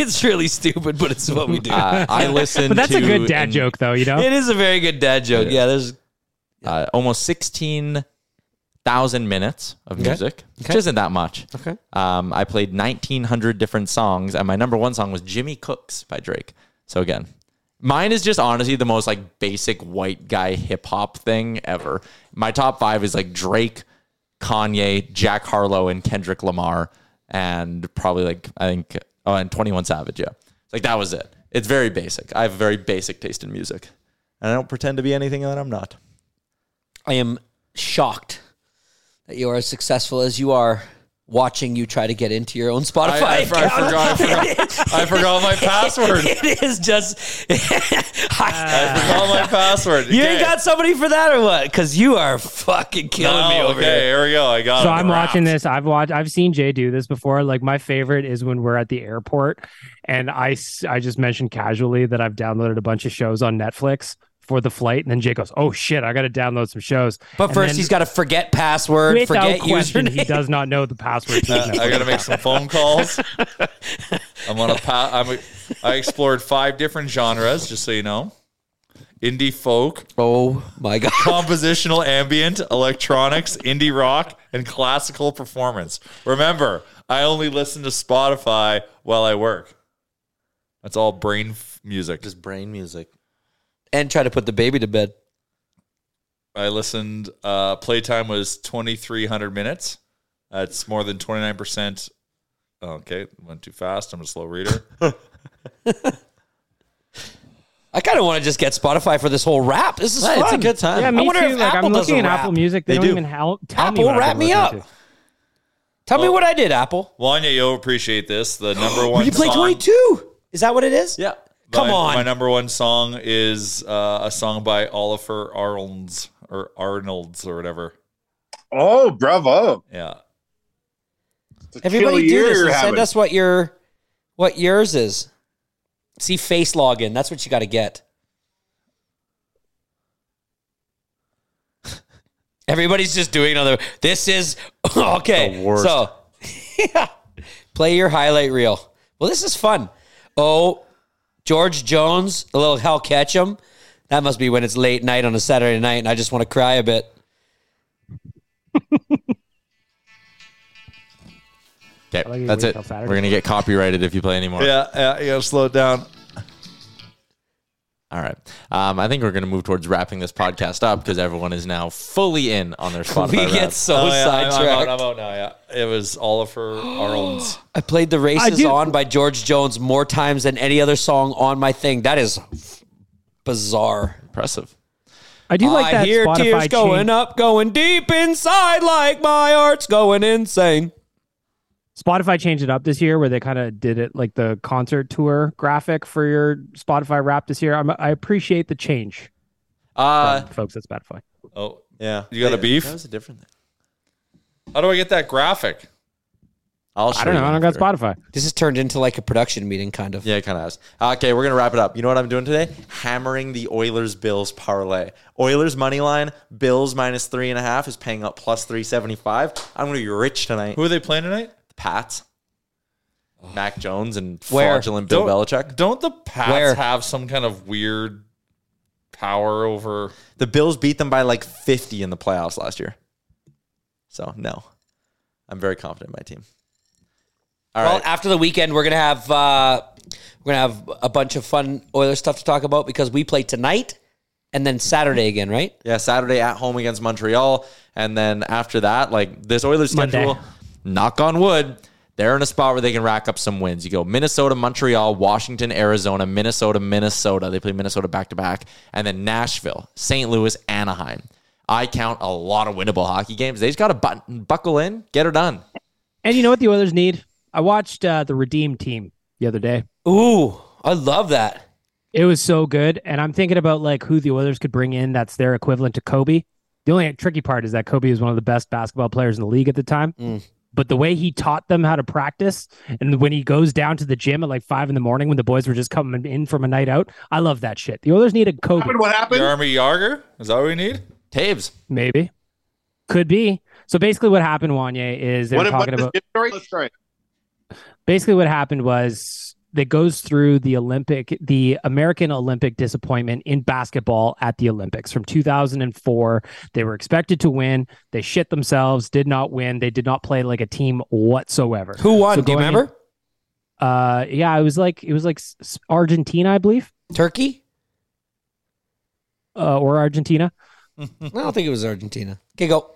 D: it's really stupid, but it's what we do.
F: Uh, I listened
H: But that's
F: to
H: a good dad
F: in-
H: joke, though. You know,
D: it is a very good dad joke. Yeah, there's
F: uh, almost 16,000 minutes of
D: Okay.
F: music, which
D: Okay.
F: isn't that much.
D: Okay.
F: Um, I played 1,900 different songs, and my number one song was Jimmy Cooks by Drake. So, again, mine is just honestly the most like basic white guy hip hop thing ever. My top five is like Drake, Kanye, Jack Harlow, and Kendrick Lamar, and probably like, I think, oh, and 21 Savage. Yeah. Like, that was it. It's very basic. I have a very basic taste in music, and I don't pretend to be anything that I'm not.
D: I am shocked that you are as successful as you are watching you try to get into your own Spotify.
I: I- I forgot- I
D: account.
I: forgot- I forgot- I forgot my password.
D: It is just I-
I: I forgot my password.
D: You ain't
I: Okay.
D: got somebody for that or what? Because you are fucking killing me
I: No,
D: over
I: okay,
D: here.
I: here we go. I got
H: So
I: it.
H: I'm
I: Wrapped.
H: watching this. I've watched. I've seen Jay do this before. Like my favorite is when we're at the airport, and I s- I just mentioned casually that I've downloaded a bunch of shows on Netflix for the flight, and then Jay goes, "Oh shit, I got to download some shows."
D: But
H: And
D: first,
H: then
D: he's got to forget password,
H: without
D: forget
H: question, he
D: username.
H: does not know the password. to
I: Uh, I
H: Netflix.
I: got to make some phone calls. I'm on a pa- I'm a, I explored five different genres, just so you know. indie folk.
D: Oh my god.
I: Compositional ambient, electronics, indie rock, and classical performance. Remember, I only listen to Spotify while I work. That's all brain f- music.
F: Just brain music.
D: And try to put the baby to bed.
I: I listened. Uh, playtime was twenty three hundred minutes. That's more than twenty nine percent. Oh, Okay, went too fast. I'm a slow reader.
D: I kind of want to just get Spotify for this whole rap. This is
H: Yeah,
D: fun.
H: it's a good time. Yeah, me
D: I wonder
H: too.
D: if
H: Like, I'm
D: Apple does
H: looking
D: a
H: at
D: rap.
H: Apple Music. They They don't do. even hel- tell me
D: Apple,
H: what I've
D: wrap
H: been
D: me up.
H: listening
D: Tell me what I did, Apple.
I: Wanya, you'll appreciate this. The number one.
D: you play
I: song-
D: 22. Is that what it is?
F: Yeah.
D: Come
I: my,
D: on.
I: My number one song is uh, a song by Oliver Arnolds or Arnolds or whatever.
A: Oh, bravo!
I: Yeah.
D: Everybody
A: Kill
D: do this
A: year
D: and send
A: habit.
D: us what your what yours is. See face login. That's what you got to get. Everybody's just doing another. This is okay.
F: The worst.
D: So, yeah. play your highlight reel. Well, this is fun. Oh, George Jones, a little hell catch him. That must be when it's late night on a Saturday night, and I just want to cry a bit.
F: Okay,
H: you
F: that's
H: wait
F: it.
H: till
F: We're
H: Saturday.
F: gonna get copyrighted if you play anymore.
I: Yeah, Uh, yeah, yeah. Slow it down.
F: All right. Um, I think we're gonna move towards wrapping this podcast up because everyone is now fully in on their Spotify.
D: We
F: rap.
D: get so
I: Oh, yeah, I'm- I'm, out,
D: sidetracked.
I: I'm out now. Yeah, it was Oliver Arnold's.
D: I played The Race Is On by George Jones more times than any other song on my thing. That is f- bizarre.
F: Impressive.
H: I do like
D: I
H: that
D: hear
H: Spotify
D: tears
H: change-
D: going up, going deep inside, like my heart's going insane.
H: Spotify changed it up this year where they kind of did it like the concert tour graphic for your Spotify rap this year. I'm, I appreciate the change,
F: Uh,
H: from folks at Spotify.
I: Oh,
F: yeah.
I: You got a
F: Hey,
I: beef?
F: That was a different thing.
I: How do I get that graphic?
F: I'll show
H: I don't
F: you
H: know. I don't got
F: after.
H: Spotify.
D: This has turned into like a production meeting, kind of.
F: Yeah, it kind of has. Okay, we're gonna wrap it up. You know what I'm doing today? Hammering the Oilers Bills parlay. Oilers money line, Bills minus three and a half is paying up plus three seventy five. I'm gonna be rich tonight.
I: Who are they playing tonight?
F: The Pats, Mac Jones, and
D: Where?
F: fraudulent Bill
I: Don't-
F: Belichick.
I: Don't the Pats
D: Where?
I: have some kind of weird power over?
F: The Bills beat them by like fifty in the playoffs last year. So no, I'm very confident in my team. All right.
D: well, after the weekend, we're gonna have uh, we're gonna have a bunch of fun Oilers stuff to talk about because we play tonight and then Saturday again, right?
F: Yeah, Saturday at home against Montreal. And then after that, like this Oilers
H: Monday.
F: schedule, knock on wood, they're in a spot where they can rack up some wins. You go Minnesota, Montreal, Washington, Arizona, Minnesota, Minnesota. They play Minnesota back to back. And then Nashville, St. Louis, Anaheim. I count a lot of winnable hockey games. They just got to but- buckle in, get her done.
H: And you know what the Oilers need? I watched uh, the Redeem team the other day.
D: Ooh, I love that.
H: It was so good, and I'm thinking about like who the Oilers could bring in. That's their equivalent to Kobe. The only tricky part is that Kobe was one of the best basketball players in the league at the time. But the way he taught them how to practice, and when he goes down to the gym at like five in the morning when the boys were just coming in from a night out, I love that shit. The Oilers need a Kobe,
A: Happened, what happened?
I: Jeremy Yager? Is that what we need?
F: Taves.
H: maybe, could be. So basically, what happened, Wanye, is they were
A: What, what
H: talking
A: is
H: about
A: this story? Let's try it.
H: basically what happened was that goes through the Olympic, the American Olympic disappointment in basketball at the Olympics from 2004. They were expected to win. They shit themselves, did not win. They did not play like a team whatsoever.
D: Who won?
H: So
D: Do you
H: going in-
D: remember?
H: Uh, yeah, it was like, it was like S- S- Argentina, I believe,
D: Turkey?
H: uh, or Argentina.
D: I don't think it was Argentina. Okay, go.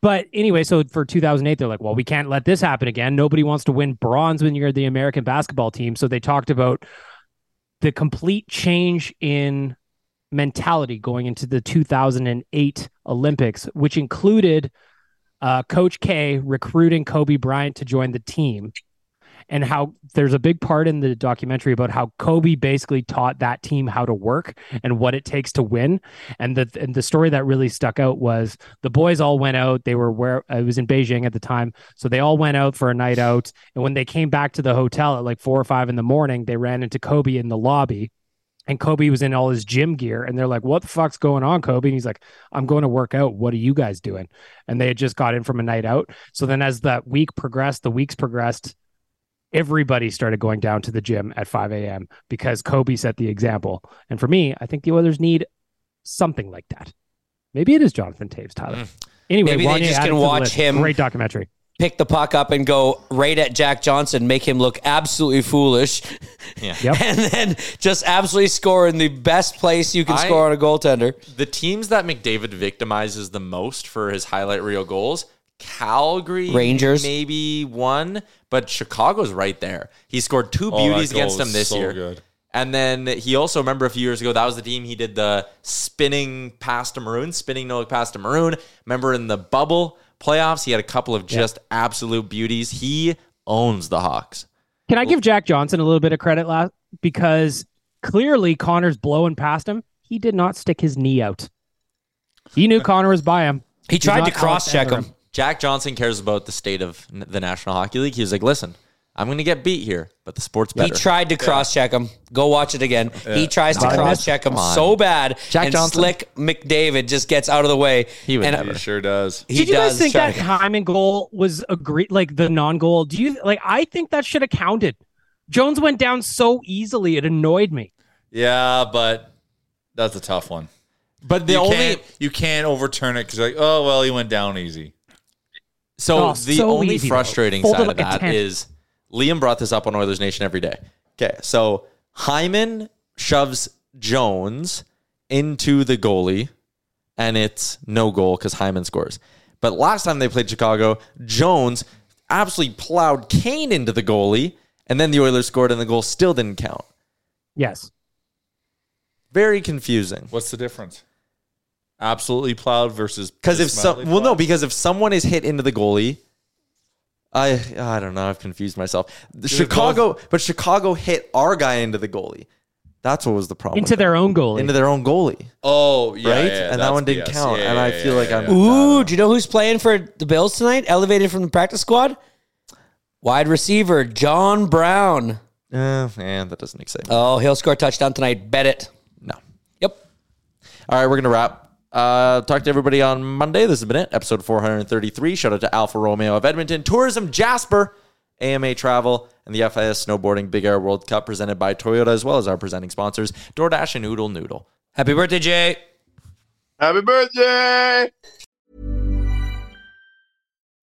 H: But anyway, so for 2008, they're like, well, we can't let this happen again. Nobody wants to win bronze when you're the American basketball team. So they talked about the complete change in mentality going into the 2008 Olympics, which included uh, Coach K recruiting Kobe Bryant to join the team. And how there's a big part in the documentary about how Kobe basically taught that team how to work and what it takes to win. And the and the story that really stuck out was the boys all went out. They were where uh, it was in Beijing at the time, so they all went out for a night out. And when they came back to the hotel at like four or five in the morning, they ran into Kobe in the lobby. And Kobe was in all his gym gear, and they're like, "What the fuck's going on, Kobe?" And he's like, "I'm going to work out. What are you guys doing?" And they had just got in from a night out. So then, as that week progressed, the weeks progressed, everybody started going down to the gym at 5 a.m. because Kobe set the example. And for me, I think the Oilers need something like that. Maybe it is Jonathan Taves, Tyler. Anyway,
D: Hmm. Maybe they
H: Wanye
D: just can
H: added to the
D: watch
H: list.
D: him-
H: Great documentary.
D: Pick the puck up and go right at Jack Johnson, make him look absolutely foolish,
I: Yeah.
D: and then just absolutely score in the best place you can
F: I-
D: score on a goaltender.
F: The teams that McDavid victimizes the most for his highlight reel goals, Calgary,
D: Rangers.
F: maybe one, but Chicago's right there. He scored two
I: Oh, that
F: beauties
I: goal
F: against them
I: was
F: this
I: so
F: year.
I: good.
F: And then he also remember a few years ago that was the team he did the spinning pass to Maroon, spinning no look pass to Maroon. Remember in the bubble playoffs, he had a couple of just absolute beauties. He owns the Hawks.
H: Can I give Jack Johnson a little bit of credit last because clearly Connor's blowing past him. He did not stick his knee out. He knew Connor was by him. He's not Alexander
F: Jack Johnson cares about the state of n- the National Hockey League. He was like, "Listen, I'm going to get beat here, but the sport's better."
D: He tried to cross check him. Go watch it again.
F: Yeah.
D: He tries to
F: Not enough.
D: cross check him
F: Come on.
D: so bad.
F: Jack
D: and
F: Johnson.
D: Slick McDavid just gets out of the way. He
F: would
D: and,
F: never. He
I: sure does.
D: He
H: did you
D: does
H: guys think
D: try
H: that
D: to-
H: time and goal was agreed like the non-goal do you like i think that should have counted jones went down so easily it annoyed me
I: Yeah, but that's a tough one.
F: But the
I: you
F: only-
I: can't, you can't overturn it because like, oh well, he went down easy.
F: So
I: Oh,
F: the
I: so
F: only
I: easy, though.
F: frustrating
I: Folded
F: side of
I: like a
F: that
I: tent.
F: is Liam brought this up on Oilers Nation every day. Okay, so Hyman shoves Jones into the goalie, and it's no goal because Hyman scores. But last time they played Chicago, Jones absolutely plowed Kane into the goalie, and then the Oilers scored, and the goal still didn't count.
H: yes
F: Very confusing.
I: What's the difference? Absolutely plowed versus
F: Because if
I: just
F: some,
I: mildly
F: well, no, because if someone is hit into the goalie, I I don't know. I've confused myself. The
I: Dude,
F: Chicago, but Chicago hit our guy into the goalie. That's what was the problem.
H: into their own goal
F: into their own goalie.
I: Oh, yeah,
F: right.
I: yeah,
F: and that
I: that's
F: one didn't
I: BS.
F: count.
I: Yeah,
F: and
I: yeah,
F: I
I: yeah,
F: feel like I'm.
D: Ooh, do you know who's playing for the Bills tonight? Elevated from the practice squad? Wide receiver, John Brown.
F: Oh, man, that doesn't excite
I: Uh,
F: me.
D: Oh, he'll score a touchdown tonight. Bet it.
F: No.
D: Yep.
F: All right, we're gonna wrap. Uh, talk to everybody on Monday. This has been it, episode 433. Shout out to Alfa Romeo of Edmonton, Tourism Jasper, AMA Travel, and the FIS Snowboarding Big Air World Cup presented by Toyota, as well as our presenting sponsors, DoorDash and Oodle Noodle.
D: Happy birthday, Jay.
A: Happy birthday!